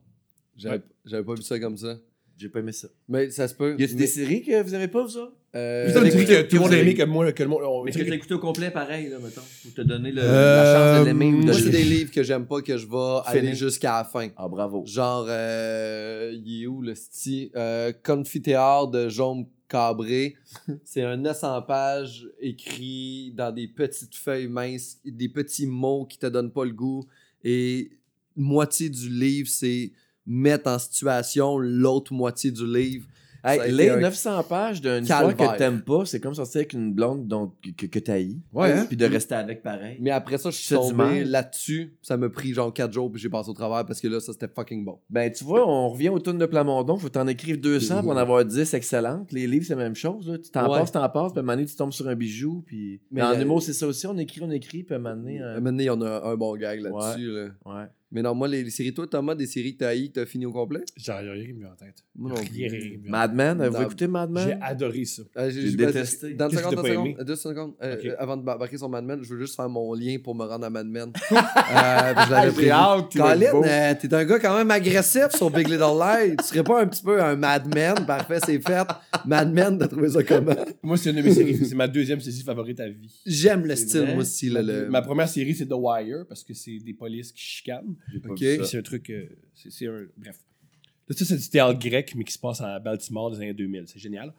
S1: J'avais
S3: Ouais.
S1: j'avais pas vu ça comme ça.
S2: J'ai pas aimé ça.
S1: Mais ça se peut.
S2: Y a des séries que vous aimez pas, vous autres?
S1: Euh,
S3: Putain, tu dis que tout le monde a
S2: euh,
S3: aimé que moi, que le monde. on-
S2: Mais que t'as écouté au complet pareil, là, mettons, pour te donner le- la
S3: Euh,
S2: chance de l'aimer ou de
S1: Moi,
S2: le-
S1: c'est des livres que j'aime pas que je vais aller
S2: Fini.
S1: jusqu'à la fin.
S2: Ah, bravo.
S1: Genre, euh, il est où le style euh, Confiteor de Jaume Cabré. C'est un 900 pages écrit dans des petites feuilles minces, des petits mots qui te donnent pas le goût. Et moitié du livre, c'est mettre en situation l'autre moitié du livre. Ça a
S2: Hey,
S1: été
S2: les
S1: un
S2: 900 pages d'une histoire
S1: calvaire.
S2: que t'aimes pas, c'est comme sortir avec une blonde dont, que, que t'haïs.
S1: Ouais, hein?
S2: Puis de rester avec pareil.
S1: Mais après ça, je suis
S2: C'est du
S1: tombé
S2: mal.
S1: là-dessus. Ça m'a pris genre 4 jours, puis j'ai passé au travers parce que là, ça c'était fucking bon.
S2: Ben, tu vois, on revient au tourne de Plamondon, faut t'en écrire 200 pour en avoir 10 excellentes. Les livres, c'est la même chose. là. Tu t'en
S1: Ouais.
S2: passes, t'en passes, puis à un moment donné, tu tombes sur un bijou. Puis...
S1: Mais
S2: Mais euh, en
S1: la-
S2: humour, c'est ça aussi, on écrit, on écrit, puis à un moment donné... euh,
S1: Maintenant, il y en a un bon gag là-dessus. là.
S2: Ouais.
S1: Mais non, moi, les, les séries, toi, Thomas, des séries que t'as haï, que t'as fini au complet
S3: J'ai rien qui me vient en tête.
S1: Moi non
S3: Rien,
S1: plus.
S3: rien qui me vient en tête.
S2: Mad Men, vous
S1: Dans-
S2: écoutez Mad
S3: J'ai
S2: Men?
S3: adoré ça.
S1: Euh, j'ai-
S2: J'ai
S1: j'ai-
S2: détesté.
S1: Dans une
S3: Qu'est-ce
S1: seconde,
S3: que t'as
S1: dans
S3: pas
S1: une seconde,
S3: aimé?
S1: euh, deux secondes. Euh,
S3: Ok.
S1: euh, avant de barquer sur Mad Men, je veux juste faire mon lien pour me rendre à Mad Men. euh, je l'avais prévu.
S2: Ah, hâte, hein. il va être
S1: Colin,
S2: beau.
S1: euh, t'es un gars quand même agressif sur Big Little Lies. Tu serais pas un petit peu un Mad Men? Parfait, c'est fait. Mad Men, t'as trouvé ça comment?
S3: Moi, c'est une de mes séries. C'est ma deuxième série favorite à vie.
S1: J'aime le
S2: C'est
S1: style,
S2: vrai?
S1: moi aussi.
S3: Ma,
S1: Là, le...
S3: ma première série, c'est The Wire, parce que c'est des polices qui chicanent.
S2: J'ai pas
S1: ok.
S2: vu
S3: Puis
S2: ça.
S3: c'est un truc. euh, c'est c'est un. Bref. Là, ça, c'est du théâtre grec, mais qui se passe à Baltimore dans les années 2000. C'est génial.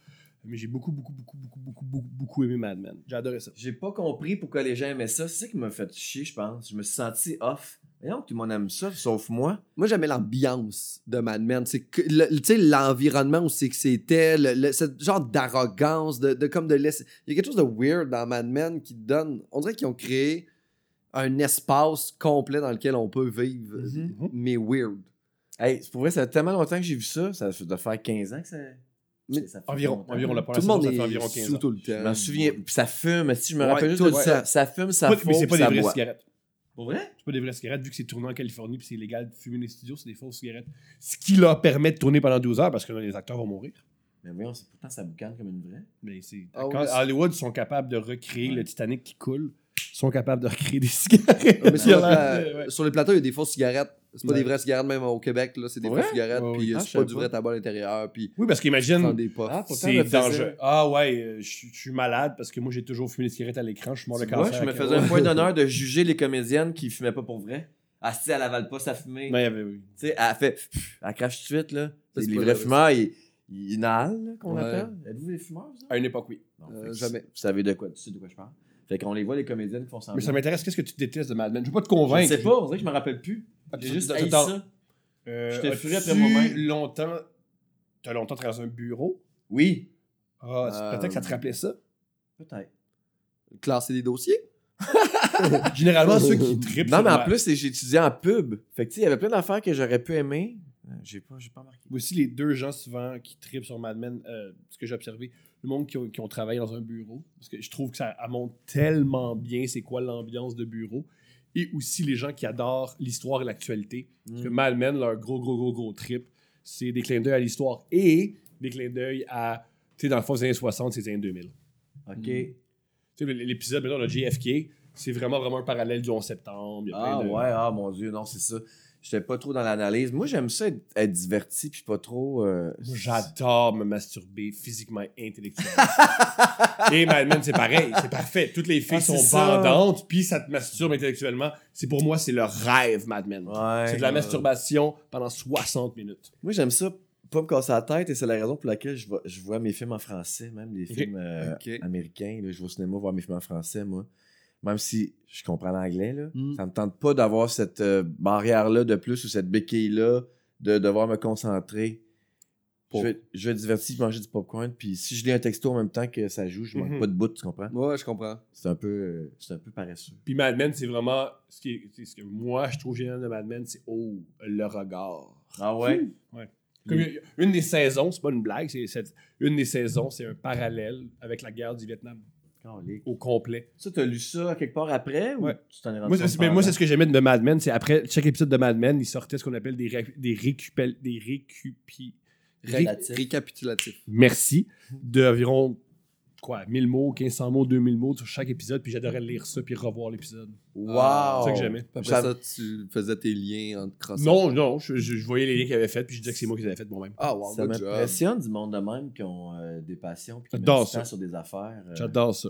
S3: Mais j'ai beaucoup, beaucoup, beaucoup, beaucoup, beaucoup, beaucoup, beaucoup aimé Mad Men. J'ai adoré ça.
S2: J'ai pas compris pourquoi les gens aimaient ça. C'est ça qui m'a fait chier, je pense. Je me suis senti off. Mais non, tout le monde aime ça, sauf moi.
S1: Moi, j'aimais l'ambiance de Mad Men. C'est que, le- tu sais, l'environnement où c'est que c'était, le, le- ce genre d'arrogance, de, de comme de laisser. Il y a quelque chose de weird dans Mad Men qui donne. On dirait qu'ils ont créé un espace complet dans lequel on peut vivre,
S3: Mm-hmm.
S2: Mhm.
S1: mais weird.
S2: Hey, pour vrai, ça fait tellement longtemps que j'ai vu ça. Ça doit faire 15 ans que ça.
S1: Mais-
S2: ça fait
S3: Environ,
S2: longtemps.
S3: environ la
S1: Tout
S3: première
S1: le
S3: saison,
S1: monde
S3: ça fait
S1: est
S3: environ 15
S1: sous
S3: ans.
S1: tout le temps.
S2: Je m'en souviens. Puis ça fume. Si je me
S1: Ouais,
S2: rappelle juste
S1: tout
S2: de
S1: le
S2: ça. Ça fume, ça
S3: Pas-
S2: fume.
S3: mais c'est pas des
S2: ça
S3: vraies
S2: boit.
S3: cigarettes.
S2: Pour vrai?
S3: C'est pas des vraies cigarettes, vu que c'est tourné en Californie puis c'est illégal de fumer dans les studios, c'est des fausses cigarettes. Ce qui leur permet de tourner pendant 12 heures parce que là, les acteurs vont mourir.
S2: Mais voyons, c'est pourtant ça boucane comme une vraie.
S3: Mais c'est.
S1: Ah oui,
S3: quand
S1: c'est-
S3: Hollywood sont capables de recréer
S2: Ouais.
S3: le Titanic qui coule, ils sont capables de recréer des cigarettes.
S2: Ah,
S1: Mais sur, le pla-
S3: Ouais, ouais.
S1: sur les plateaux, il y a des fausses cigarettes. C'est pas
S3: Ouais.
S1: des vraies cigarettes, même au Québec, là. C'est des
S2: Ouais?
S1: fausses cigarettes,
S3: Ouais,
S1: puis euh,
S2: ouais. Ah, je
S1: c'est pas
S2: savais
S1: du
S2: pas.
S1: vrai tabac à l'intérieur, puis
S3: Oui, parce
S1: dans
S3: qu'imagine,
S1: des puffs.
S2: Ah, pourtant,
S3: c'est
S2: je me faisais-
S3: dangereux. Ah ouais, euh, je je suis malade parce que moi j'ai toujours fumé des cigarettes à l'écran, je suis mort de
S2: Tu vois,
S3: cancer.
S2: je
S3: à
S2: me
S3: quel-
S2: faisais un point d'honneur de juger les comédiennes qui fumaient pas pour vrai. Ah, si, elle avale pas sa fumée.
S3: Non, il y avait- oui.
S2: Tu sais, elle fait. pff, Elle crache tout de suite, là.
S1: Ça, c'est
S2: les
S1: pas
S2: vrais
S1: vrai,
S2: fumeurs, ils, ils inhalent, là, qu'on
S1: Ouais.
S2: appelle. Êtes-vous des fumeurs, vous autres?
S3: À une époque, oui.
S2: Non,
S1: Euh,
S2: fait que
S1: jamais.
S2: Vous savez de quoi, tu sais de quoi je parle. Fait qu'on les voit, les comédiennes qui font semblant.
S3: Mais ça m'intéresse, qu'est-ce que tu détestes de Mad Men? Je veux pas te
S2: Je
S3: convaincre.
S2: sais pas, on dirait que je me rappelle plus. J'ai juste haï
S3: Attends.
S2: ça.
S3: Euh,
S2: J'étais furieux
S3: as-tu
S2: après moi-même.
S3: longtemps. T'as longtemps travaillé dans un bureau?
S2: Oui.
S3: Ah, c'est-
S2: Euh,
S3: peut-être que ça te rappelait ça.
S2: Peut-être.
S1: Classer des dossiers.
S3: Généralement, ceux qui trippent.
S2: Non,
S3: sur
S2: mais en
S3: Mad-
S2: plus, c'est- j'ai étudié en pub. Fait que, tu sais, il y avait plein d'affaires que j'aurais pu aimer. Euh, J'ai pas, j'ai pas marqué.
S3: Aussi, les deux gens souvent qui tripent sur Mad Men, euh, ce que j'ai observé, le monde qui ont, qui ont travaillé dans un bureau, parce que je trouve que ça elle montre tellement bien c'est quoi l'ambiance de bureau, et aussi les gens qui adorent l'histoire et l'actualité. Parce que
S2: Mm.
S3: Mad Men, leur gros, gros, gros, gros trip, c'est des clins d'œil à l'histoire et des clins d'œil à, tu sais, dans le fond, les années 60, c'est les années 2000.
S2: Ok.
S3: Mm. Tu sais, l'épisode, maintenant, de JFK, c'est vraiment, vraiment un parallèle du 11 septembre. il y a
S2: Ah
S3: plein de-
S2: ouais, ah mon Dieu, non, c'est ça. J'étais pas trop dans l'analyse. Moi, j'aime ça être, être diverti, puis pas trop. euh,
S3: Moi, J'adore me masturber physiquement et intellectuellement. et Mad Men, c'est pareil, c'est parfait. Toutes les filles
S2: Ah, c'est
S3: sont
S2: ça.
S3: bandantes, puis ça te masturbe intellectuellement. C'est pour moi, c'est le rêve, Mad Men.
S2: Ouais.
S3: c'est de la masturbation pendant 60 minutes.
S2: Moi, j'aime ça, pas me casser la tête, et c'est la raison pour laquelle je, vois- je vois mes films en français, même les
S3: Ok.
S2: films euh,
S1: Ok.
S2: américains. là. je vais au cinéma voir mes films en français, moi. Même si je comprends l'anglais, là,
S1: Mm.
S2: ça me tente pas d'avoir cette euh, barrière-là de plus ou cette béquille-là, de devoir me concentrer.
S1: Pour-
S2: Je vais, je vais divertir, manger du popcorn, puis si je lis un texto en même temps que ça joue, je manque
S3: Mhm.
S2: pas de bout, tu comprends?
S1: Ouais, je comprends.
S2: C'est un peu, euh, c'est un peu paresseux.
S3: Puis Mad Men, c'est vraiment ce, qui est- c'est ce que moi, je trouve génial de Mad Men, c'est oh, le regard.
S2: Ah
S3: Comme il y a- une des saisons, c'est pas une blague, c'est cette- une des saisons, c'est un parallèle avec la guerre du Vietnam au complet.
S2: Ça, t'as lu ça quelque part après ou
S3: Ouais.
S2: tu t'en es rendu
S3: Moi,
S2: compte
S3: c'est, mais moi, c'est
S2: pendant?
S3: ce que j'aimais de Mad Men. C'est après chaque épisode de Mad Men, il sortait ce qu'on appelle des, ré- des récupé- des récupi- ré-
S2: Relatif.
S1: Récapitulatif.
S3: merci, d'environ quoi, 1000 mots, 1500 mots, 2000 mots sur chaque épisode. Puis j'adorais lire ça puis revoir l'épisode.
S2: Wow!
S3: C'est ça que j'aimais.
S1: Ah. Après
S2: Ça-
S1: ça, tu faisais tes liens entre crosseurs.
S3: Non, non, je, je- je voyais les liens qu'ils avaient faits puis je disais que c'est moi qui les avais faits moi-même.
S1: Ah, wow,
S2: Ça
S1: good job.
S2: m'impressionne du monde de même qui ont euh, des passions puis qui mettent
S3: J'adore
S2: du temps
S3: ça.
S2: sur des affaires. euh,
S3: J'adore ça.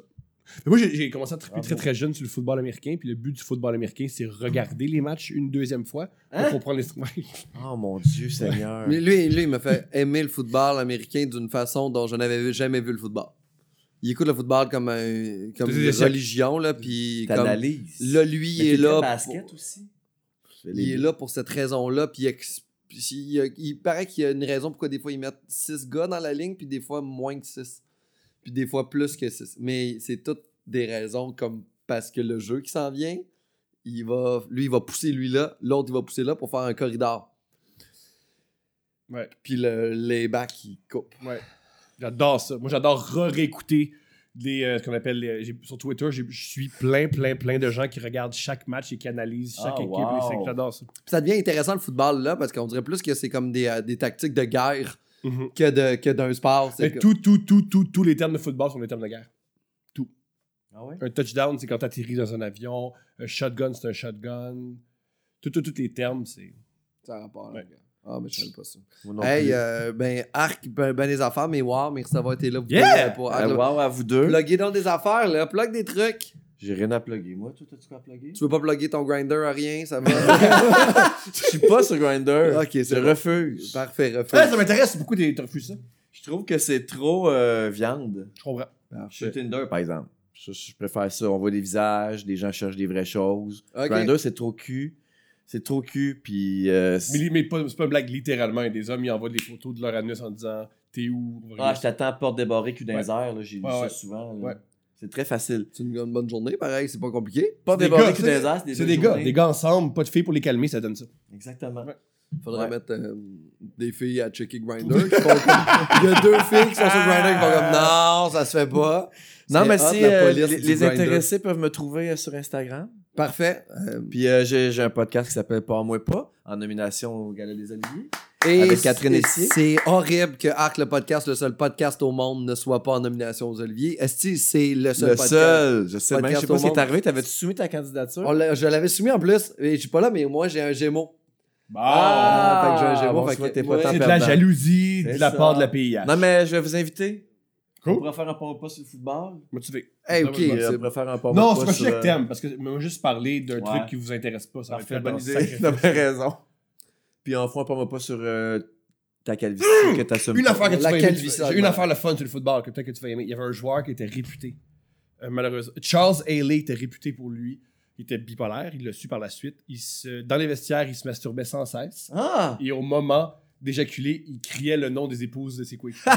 S3: Mais moi, j'ai, j'ai commencé à triper
S2: Bravo.
S3: très très jeune sur le football américain. Puis le but du football américain, c'est regarder les matchs une deuxième fois pour
S2: Hein?
S3: comprendre les. Ouais.
S2: Oh mon Dieu, Seigneur.
S1: Mais lui, lui, il m'a fait aimer le football américain d'une façon dont je n'avais vu- jamais vu le football. Il écoute le football comme, un, comme
S3: Des
S1: une
S3: échecs.
S1: religion, là, puis comme... Là,
S2: T'analyses.
S1: lui, il est là,
S2: Le
S1: pour-
S2: basket aussi.
S1: il est là pour cette raison-là, puis il, ex- puis il y a- il paraît qu'il y a une raison pourquoi des fois ils mettent 6 gars dans la ligne, puis des fois moins que 6, puis des fois plus que 6. Mais c'est toutes des raisons comme parce que le jeu qui s'en vient, il va, lui, il va pousser lui là, l'autre, il va pousser là pour faire un corridor.
S3: Ouais.
S1: Puis le, les bacs, ils coupent.
S3: J'adore ça. Moi, j'adore re-réécouter les, euh, ce qu'on appelle les- j'ai- sur Twitter. j'ai- Je suis plein, plein, plein de gens qui regardent chaque match et qui analysent chaque
S2: Ah,
S3: équipe.
S2: wow.
S3: et c'est- J'adore ça.
S1: Puis ça devient intéressant le football là, parce qu'on dirait plus que c'est comme des, euh, des tactiques de guerre que de- que d'un sport.
S3: Mm-hmm. Mais
S1: C'est que-
S3: tout, tout, tout, tout, tous les termes de football sont des termes de guerre.
S2: Ah ouais?
S3: Un touchdown, c'est quand t'atterris dans un avion. Un shotgun, c'est un shotgun. Tout, tout, tous les termes, c'est.
S1: Ça a rapport, là.
S3: Ouais.
S1: Ah, mais je savais pas ça.
S2: Moi non
S1: Hey,
S2: plus.
S1: euh, ben, Arc, ben, ben des affaires, mais wow, merci d'avoir été là. Vous
S3: Yeah!
S1: pouvez, euh, pour Arc,
S2: Euh,
S1: là.
S2: wow, à vous deux.
S1: Pluguez donc des affaires, là. Plug des trucs.
S2: J'ai rien à plugger. Moi, toi, t'as-tu quoi à plugger?
S1: Tu veux pas plugger ton grinder à rien, ça va.
S2: Je suis pas sur Grindr.
S1: Ok, c'est
S2: Je
S1: bon.
S2: refuse.
S1: Parfait, refait.
S3: Ah, ça m'intéresse beaucoup des refus ça.
S2: Je trouve que c'est trop euh, viande.
S3: Je comprends.
S2: Sur Tinder, par exemple. Ça, je préfère ça. On voit des visages, des gens cherchent des vraies choses.
S1: Ok.
S2: Grindr, c'est trop cul. C'est trop cul, puis... euh, c'est-
S3: Mais, lui, mais pas, c'est pas une blague, littéralement. Des hommes, ils envoient des photos de leur anus en disant T'es où vraiment?
S2: ah, je t'attends à porte débarrée, cul dans les airs, là, j'ai lu
S3: Ouais,
S2: ça
S3: ouais.
S2: souvent. là.
S3: Ouais.
S2: C'est très facile.
S1: C'est une bonne journée, pareil, c'est pas compliqué.
S2: Porte
S3: des
S2: débarrée,
S3: gars,
S2: cul dans
S3: c'est-
S2: les airs, c'est des,
S3: C'est
S2: deux
S3: des gars,
S2: journées.
S3: des gars ensemble, pas de filles pour les calmer, ça donne ça.
S2: Exactement.
S3: Ouais.
S1: Faudrait
S2: Ouais.
S1: mettre euh, des filles à checker Grinder qui sont comme. Il y a deux filles qui sont sur Grinder qui font comme non, ça se fait pas.
S2: Non,
S1: C'est
S2: mais
S1: hot,
S2: si
S1: la
S2: euh,
S1: police
S2: les,
S1: du
S2: les
S1: Grindr.
S2: intéressés peuvent me trouver euh, sur Instagram.
S1: Parfait. Euh,
S2: Puis euh, j'ai j'ai un podcast qui s'appelle Pas en moi pas, en nomination au Gala des Oliviers.
S1: et
S2: Avec Catherine
S1: c'est-
S2: Essier.
S1: C'est horrible que Arc le podcast, le seul podcast au monde, ne soit pas en nomination aux Oliviers. Est-ce que c'est le seul
S2: le
S1: podcast?
S2: seul, je sais même, je
S1: podcast
S2: sais
S1: au
S2: pas ce qui
S1: monde.
S2: est arrivé. T'avais-tu soumis ta candidature?
S1: On l'a- je l'avais soumis en plus. Et je suis pas là, mais moi j'ai un Gémeaux.
S2: Ah,
S1: fait que j'ai un Gémeaux,
S2: bon,
S1: fait
S2: soit
S1: que-
S2: t'es pas
S1: ouais.
S2: tant
S3: c'est de la
S2: perdant.
S3: jalousie de
S2: C'est
S3: la
S2: ça.
S3: part de la PIH.
S2: Non, mais je vais vous inviter.
S3: Cool.
S2: On pourrait faire un pont pas sur le football.
S3: Motivé.
S1: Hey,
S3: Ah,
S1: ok.
S3: oui,
S2: Puis, euh,
S1: c'est-
S2: on pourrait faire un pont
S3: Non,
S2: pas
S3: c'est pas
S2: sur,
S3: chaque
S2: euh,
S3: thème, parce que moi, juste parler d'un
S2: Ouais.
S3: truc qui vous intéresse pas, ça va
S2: Parfait,
S3: être
S2: bonne
S3: bonne
S2: idée. T'as bien raison. Puis on fera un pont pas sur euh, ta calvitie que t'assumes.
S3: Une
S2: pas.
S3: affaire que tu
S1: La
S3: vas aimer, tu-
S1: calvitie,
S3: j'ai une
S1: ouais.
S3: affaire le fun sur le football que peut-être que tu vas aimer. Il y avait un joueur qui était réputé, euh, malheureusement. Charles Haley était réputé pour lui. Il était bipolaire, il l'a su par la suite. Il se, dans les vestiaires, il se masturbait sans cesse.
S2: Ah!
S3: Et au moment d'éjaculer, il criait le nom des épouses de ses coéquipiers.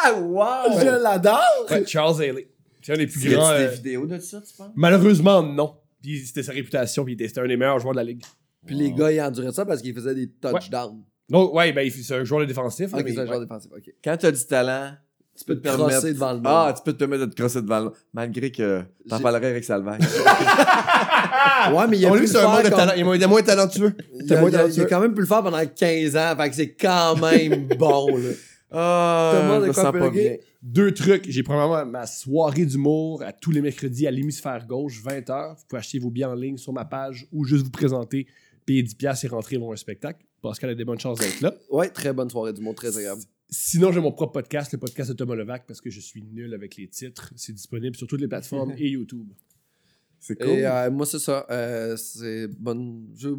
S2: Ah, wow!
S3: Je
S1: l'adore!
S3: Ouais, Charles Haley. C'est un des plus
S2: Tu
S3: grands.
S2: as
S3: euh,
S2: des vidéos de ça, tu penses?
S3: Malheureusement, non. Puis c'était sa réputation, puis il était- c'était un des meilleurs joueurs de la ligue.
S1: Puis les gars, ils enduraient ça parce qu'ils faisaient des touchdowns.
S3: Non, ouais, ben, il- c'est un joueur de défensif. hein,
S1: Ok,
S3: mais-
S1: c'est un genre
S3: ouais.
S1: défensif. Ok.
S2: Quand t'as du talent,
S1: Tu peux te
S2: permettre-
S1: crosser devant le monde.
S2: Ah, tu peux te permettre de te crosser devant le Malgré que t'en
S1: J'ai-
S2: parlerais avec Salvaire.
S1: ouais, mais il y a
S3: On
S1: plus
S3: lui,
S1: le
S3: c'est un
S1: faire
S3: monde de
S1: comme-
S3: talent. Il est moins talentueux.
S1: Il
S3: T'as
S1: a,
S3: moins
S1: il a- il a
S3: talentueux.
S1: quand même pu le faire pendant 15 ans, fait que c'est quand même bon, là. Thomas
S2: Ah,
S1: de
S2: je me sens pas
S1: Copenhague.
S2: bien.
S3: Deux trucs. J'ai premièrement ma soirée d'humour à tous les mercredis à l'hémisphère gauche, 20h. Vous pouvez acheter vos billets en ligne sur ma page ou juste vous présenter, payer 10$ et rentrer voir un spectacle. Pascal a des bonnes chances d'être là.
S1: Ouais, très bonne soirée du monde, très agréable.
S3: Sinon, j'ai mon propre podcast, le podcast de Thomas Levac, parce que je suis nul avec les titres. C'est disponible sur toutes les plateformes et YouTube.
S2: C'est cool.
S1: Et euh, moi, c'est ça. Euh, c'est bonne. je-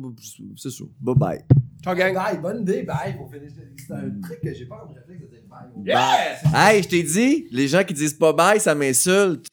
S1: C'est sûr.
S2: Bye bye.
S3: Ciao, gang!
S1: Bye, bonne idée, bye. Pour finir, c'est un
S2: Hmm.
S1: truc que j'ai pas en réflexe de dire bye.
S2: Hey, je t'ai dit, les gens qui disent pas bye, ça m'insulte.